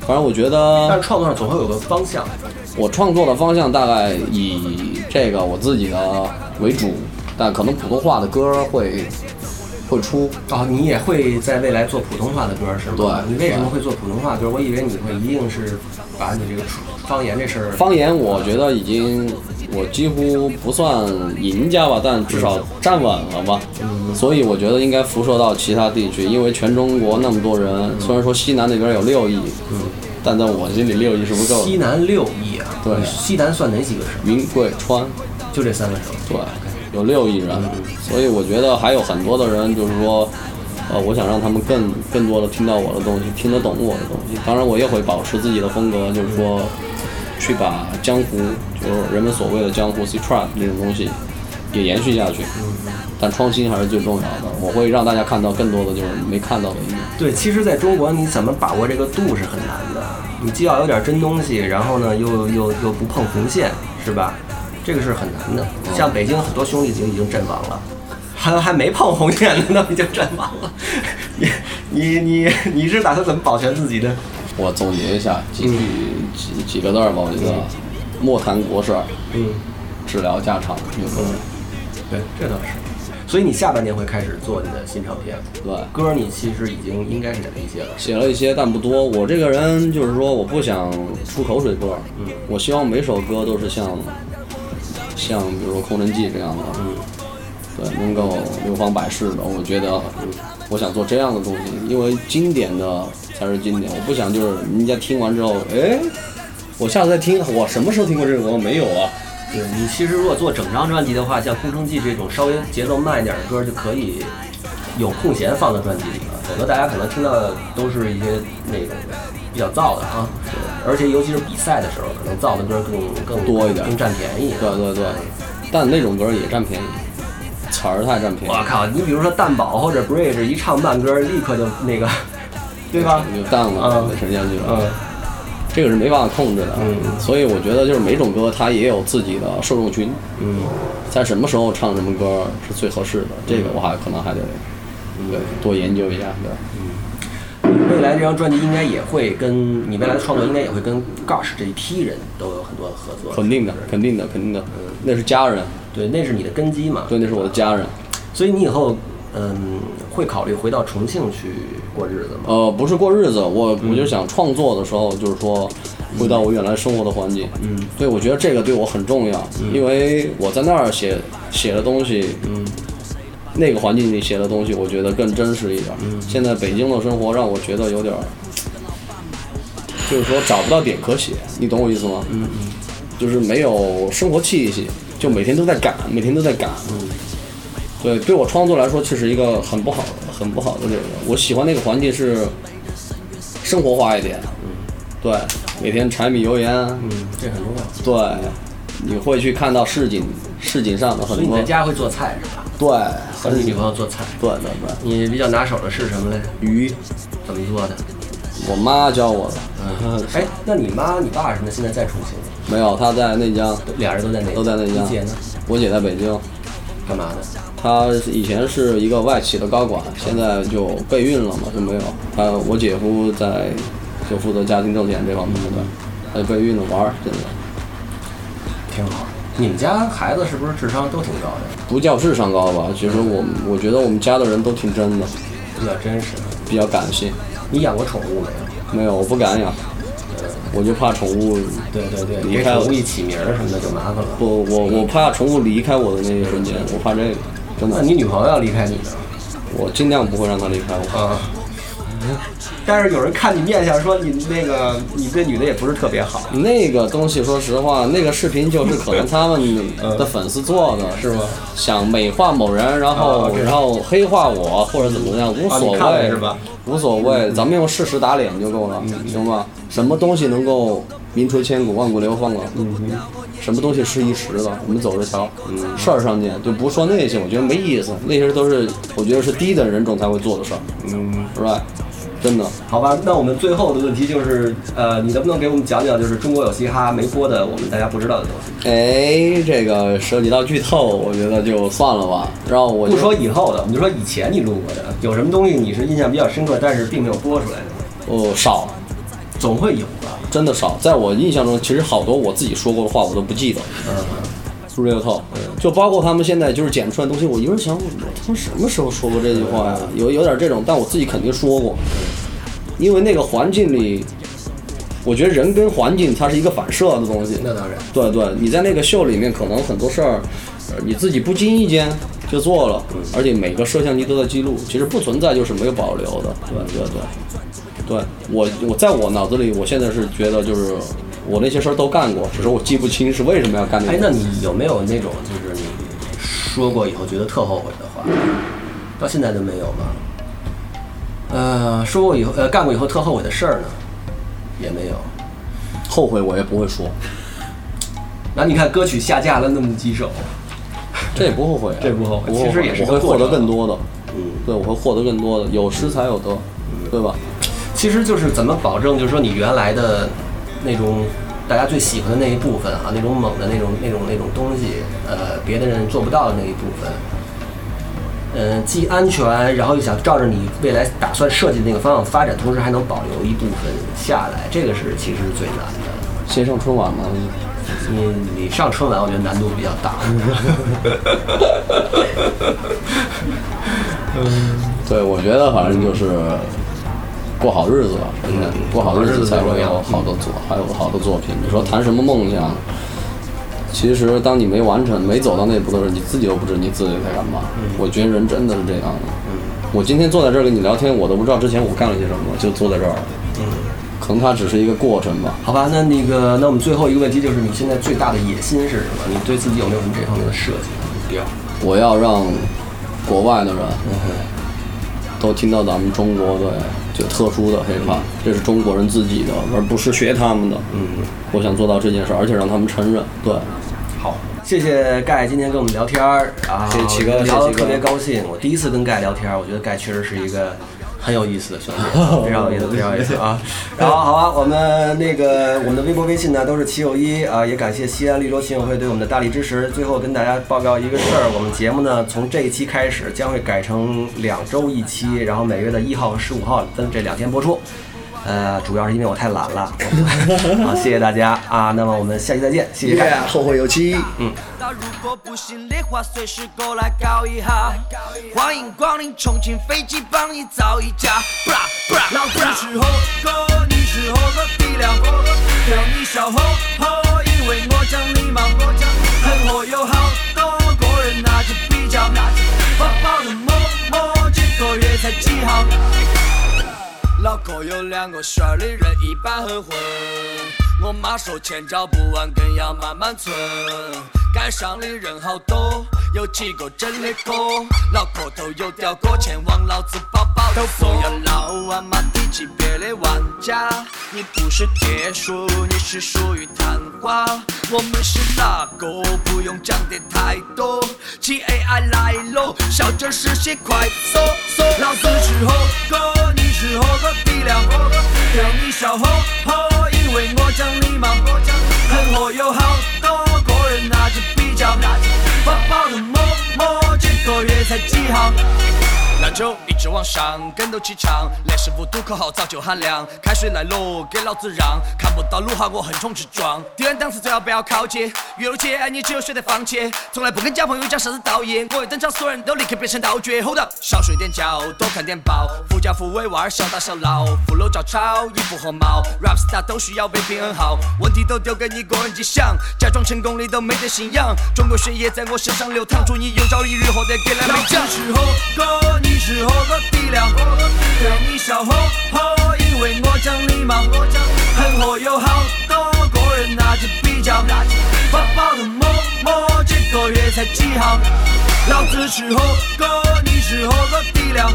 Speaker 3: 反正我觉
Speaker 1: 但
Speaker 3: 得
Speaker 1: 是创作上总会有个方向。
Speaker 3: 我创作的方向大概以这个我自己的为主，但可能普通话的歌儿会会出。
Speaker 1: 哦，你也会在未来做普通话的歌是吗？
Speaker 3: 对
Speaker 1: 你为什么会做普通话歌？我以为你会一定是把你这个方言这事儿
Speaker 3: 方言我觉得已经，我几乎不算赢家吧，但至少站稳了吧。
Speaker 1: 嗯
Speaker 3: 所以我觉得应该辐射到其他地区，因为全中国那么多人，虽然说西南那边有六亿，但在我心里六亿是不够
Speaker 1: 嗯西
Speaker 3: 的。
Speaker 1: 南六亿啊，
Speaker 3: 对
Speaker 1: 西南算哪几个省？
Speaker 3: 云贵川，
Speaker 1: 就这三个省。
Speaker 3: 对，有六亿人，所以我觉得还有很多的人就是说，呃，我想让他们更更多的听到我的东西，听得懂我的东西。当然，我也会保持自己的风格，就是说，去把江湖，就是人们所谓的江湖 C trap 这种东西，也延续下去。但创新还是最重要的，我会让大家看到更多的就是没看到的一面。
Speaker 1: 对，其实在中国，你怎么把握这个度是很难的。你既要有点真东西，然后呢，又又又不碰红线，是吧？这个是很难的。像北京很多兄弟已经已经阵亡了，还还没碰红线呢，都已经阵亡了。你你你你是打算怎么保全自己的？
Speaker 3: 我总结一下，几句几几个字儿吧，我觉得，莫谈国事，
Speaker 1: 嗯，
Speaker 3: 只聊家常，有没有？
Speaker 1: 对，这倒是。所以你下半年会开始做你的新唱片，
Speaker 3: 对。
Speaker 1: 歌你其实已经应该是写了一些了。
Speaker 3: 写了一些，但不多。我这个人就是说，我不想出口水歌，
Speaker 1: 嗯
Speaker 3: 我希望每首歌都是像，像比如说《空城计》这样的，
Speaker 1: 嗯
Speaker 3: 对，能够流芳百世的。我觉得，我想做这样的东西，因为经典的才是经典。我不想就是人家听完之后，哎，我下次再听，我什么时候听过这首歌？没有啊。
Speaker 1: 对你其实如果做整张专辑的话，像《空城计》这种稍微节奏慢一点的歌，就可以有空闲放到专辑里了，否则大家可能听到的都是一些那种比较燥的啊。而且尤其是比赛的时候，可能燥的歌更更
Speaker 3: 多一点
Speaker 1: 更占便宜。
Speaker 3: 对对对，但那种歌也占便宜，词儿太占便宜
Speaker 1: 我。靠，你比如说蛋堡或者 Bridge 一唱慢歌，立刻就那个，对吧？
Speaker 3: 就淡了，
Speaker 1: 嗯
Speaker 3: 沉下去了。
Speaker 1: 嗯，
Speaker 3: 这个是没办法控制的，嗯所以我觉得就是每种歌它也有自己的受众群，嗯，在什么时候唱什么歌是最合适的，这个我还可能还得对多研究一下，对，
Speaker 1: 未来这张专辑应该也会跟你未来的创作应该也会跟 Gosh 这一批人都有很多的合作。
Speaker 3: 肯定的，肯定的，肯定的，那是家人，
Speaker 1: 对，那是你的根基嘛。
Speaker 3: 对，那是我的家人，
Speaker 1: 所以你以后，嗯，会考虑回到重庆去过日子吗？
Speaker 3: 呃，不是过日子，我我就想创作的时候，就是说回到我原来生活的环境，嗯，对，我觉得这个对我很重要，因为我在那儿写写的东西，嗯，那个环境里写的东西，我觉得更真实一点。现在北京的生活让我觉得有点儿，就是说找不到点可写，你懂我意思吗？嗯嗯，就是没有生活气息，就每天都在赶，每天都在赶，对，对我创作来说，这是一个很不好的、很不好的这个。我喜欢那个环境是生活化一点，
Speaker 1: 嗯
Speaker 3: 对，每天柴米油盐，
Speaker 1: 这很重要。
Speaker 3: 对，你会去看到市井市井上的
Speaker 1: 所
Speaker 3: 很
Speaker 1: 以你
Speaker 3: 多
Speaker 1: 在，家会做菜是吧？
Speaker 3: 对，
Speaker 1: 和
Speaker 3: 很
Speaker 1: 你女朋友做菜，
Speaker 3: 对对对，
Speaker 1: 你比较拿手的是什么嘞？
Speaker 3: 鱼，
Speaker 1: 怎么做的？
Speaker 3: 我妈教我的，
Speaker 1: 哎，那你妈、你爸什么的现在在重庆吗？
Speaker 3: 没有，她在内江，
Speaker 1: 俩人都在那
Speaker 3: 都在内江
Speaker 1: 你姐呢？，
Speaker 3: 我姐在北京，
Speaker 1: 干嘛呢？
Speaker 3: 她以前是一个外企的高管，现在就备孕了嘛，就没有。呃，我姐夫在就负责家庭挣钱这方面的，她就备孕了玩儿，现在
Speaker 1: 挺好。你们家孩子是不是智商都挺高的？
Speaker 3: 不叫智商高吧，其实我们我觉得我们家的人都挺真的，
Speaker 1: 比较真实。
Speaker 3: 比较感性。
Speaker 1: 你养过宠物没有？
Speaker 3: 没有，我不敢养，我就怕宠物
Speaker 1: 对对对，
Speaker 3: 离
Speaker 1: 给
Speaker 3: 开
Speaker 1: 宠
Speaker 3: 我
Speaker 1: 物一起名儿什么的就麻烦了。
Speaker 3: 不，我我怕宠物离开我的那一瞬间，我怕这个，真
Speaker 1: 那
Speaker 3: 的，
Speaker 1: 你女朋友要离开你呢？
Speaker 3: 我尽量不会让它离开我。
Speaker 1: 啊。但是有人看你面相说你那个你对女的也不是特别好，
Speaker 3: 那个东西，说实话，那个视频就是可能他们的粉丝做的，
Speaker 1: 是吗？
Speaker 3: 想美化某人，然后、
Speaker 1: 啊，OK 啊
Speaker 3: 然后黑化我或者怎么样，无所
Speaker 1: 你
Speaker 3: 谓、
Speaker 1: 看了是吧？嗯
Speaker 3: 无所谓，咱们用事实打脸就够了，行吧？什么东西能够名垂千古、万古流芳了？
Speaker 1: 嗯
Speaker 3: 什么东西是一时的？我们走着瞧。事儿上见，就不说那些，我觉得没意思，那些都是我觉得是低等人种才会做的事儿，嗯，是吧？真的，
Speaker 1: 好吧，那我们最后的问题就是，呃，你能不能给我们讲讲，就是中国有嘻哈没播的，我们大家不知道的东西？
Speaker 3: 哎，这个涉及到剧透，我觉得就算了吧。然后我就
Speaker 1: 不说以后的，我们就说以前你录过的，有什么东西你是印象比较深刻，但是并没有播出来的，
Speaker 3: 哦少，
Speaker 1: 总会有吧？
Speaker 3: 真的少。在我印象中，其实好多我自己说过的话我都不记得。
Speaker 1: 嗯，
Speaker 3: 是不是这个套？就包括他们现在就是剪出来的东西，我一直想，我他妈什么时候说过这句话呀？有有点这种，但我自己肯定说过，因为那个环境里，我觉得人跟环境它是一个反射的东西。
Speaker 1: 那当然，
Speaker 3: 对对，你在那个秀里面，可能很多事儿，呃你自己不经意间就做
Speaker 1: 嗯
Speaker 3: 了，而且每个摄像机都在记录，其实不存在就是没有保留的。对对对，对我，我在我脑子里，我现在是觉得就是我那些事儿都干过，只是我记不清是为什么要干那
Speaker 1: 哎，
Speaker 3: 个。
Speaker 1: 那你有没有那种就是你说过以后觉得特后悔的话，到现在都没有吗？呃，说过以后，呃，干过以后特后悔的事儿呢，也没有。
Speaker 3: 后悔我也不会说，
Speaker 1: 然后你看歌曲下架了那么几首，
Speaker 3: 这也不后悔、啊，
Speaker 1: 这不后悔
Speaker 3: 我
Speaker 1: 其实也是
Speaker 3: 我
Speaker 1: 个
Speaker 3: 会获得
Speaker 1: 过程
Speaker 3: 更多的，
Speaker 1: 嗯，
Speaker 3: 对，我会获得更多的，有失才有得，对吧？
Speaker 1: 其实就是怎么保证，就是说你原来的那种大家最喜欢的那一部分啊，那种猛的那种那种那种东西，呃，别的人做不到的那一部分，嗯、既安全，然后又想照着你未来打算设计的那个方向发展，同时还能保留一部分下来，这个是其实是最难的。
Speaker 3: 先上春晚嘛，
Speaker 1: 嗯你你上春晚，我觉得难度比较大。
Speaker 3: 对，我觉得反正就是过好日子吧，真的
Speaker 1: 嗯，
Speaker 3: 过好日子才会
Speaker 1: 过好
Speaker 3: 有
Speaker 1: 日子
Speaker 3: 好的作，还有好的作品。你说谈什么梦想？其实当你没完成、没走到那一步的时候，你自己都不知你自己在干嘛。我觉得人真的是这样的。我今天坐在这儿跟你聊天，我都不知道之前我干了些什么，就坐在这儿了。可能它只是一个过程吧。
Speaker 1: 好吧，那那个，那我们最后一个问题就是，你现在最大的野心是什么？你对自己有没有什么这方面的设计目标？
Speaker 3: 我要让国外的人
Speaker 1: 嗯
Speaker 3: 都听到咱们中国的就特殊的黑怕，
Speaker 1: 嗯
Speaker 3: 这是中国人自己的，而不是学他们的。嗯，我想做到这件事，而且让他们承认。对，
Speaker 1: 好，谢谢盖今天跟我们聊天儿啊，
Speaker 3: 谢谢齐哥
Speaker 1: 我聊
Speaker 3: 谢
Speaker 1: 得
Speaker 3: 谢齐哥
Speaker 1: 特别高兴。我第一次跟盖聊天儿，我觉得盖确实是一个很有意思的兄
Speaker 3: 哦
Speaker 1: 弟，非常有意思，非常有意思啊。然后好啊，我们那个我们的微博、微信呢都是七九一啊，也感谢西安绿洲亲友会对我们的大力支持。最后跟大家报告一个事儿，我们节目呢从这一期开始将会改成两周一期，然后每月的一号和十五号分这两天播出。呃，主要是因为我太懒了。好，谢谢大家啊！那么我们下期再见，谢谢盖。
Speaker 11: 后会有期。
Speaker 2: 那如果不行的话，随时过来搞一下。欢迎光临重庆飞机，帮你造一架。布拉布拉，老子是火锅，你是火锅底料，让你笑呵呵，因为我讲礼貌。很火有好多个人拿着比较，饱饱的摸摸，这个月才几号？脑壳有两个旋儿的人一般很混。我妈说钱找不完，更要慢慢存。街上的人好多，有几个真的哥，脑壳头有条哥，前往老子包包都不要老王妈低级别的玩家，你不是铁树，你是属于昙花。我们是哪个？不用讲的太多，请 AI 来喽，小鸡儿实现快速。老子是火锅，你是火锅底料，让你笑呵呵，因为我讲礼貌。很火有好多个人拿着比较，饱饱的摸摸，这个月才几号？那就一直往上，跟斗气场，连十五度口号早就喊亮。开水来喽，给老子让！看不到路哈，我横冲直撞。敌人档次最好不要靠近，越入界你只有选择放弃。从来不跟假朋友讲啥子道义，我一登场，所有人都立刻变成道具。Hold up，少睡点觉，多看点报，富家富威娃儿小打小闹，富楼照抄，衣服和帽，rap star 都需要被平衡好，问题都丢给你个人去想，假装成功你都没得信仰。中国血液在我身上流淌，祝你有朝一日获得给来美奖。是火锅，你是火锅底料，让你笑呵呵，因为我讲礼貌。很火有好多个人拿着比较，饱饱的摸摸，这个月才几号？老子是火锅，你是火锅底料，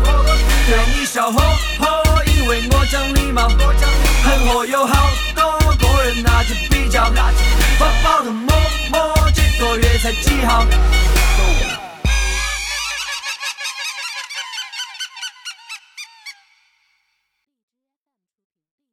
Speaker 2: 让你笑呵呵，因为我讲礼貌。很火有好多个人拿着比较，饱饱的摸摸，这个月才几号？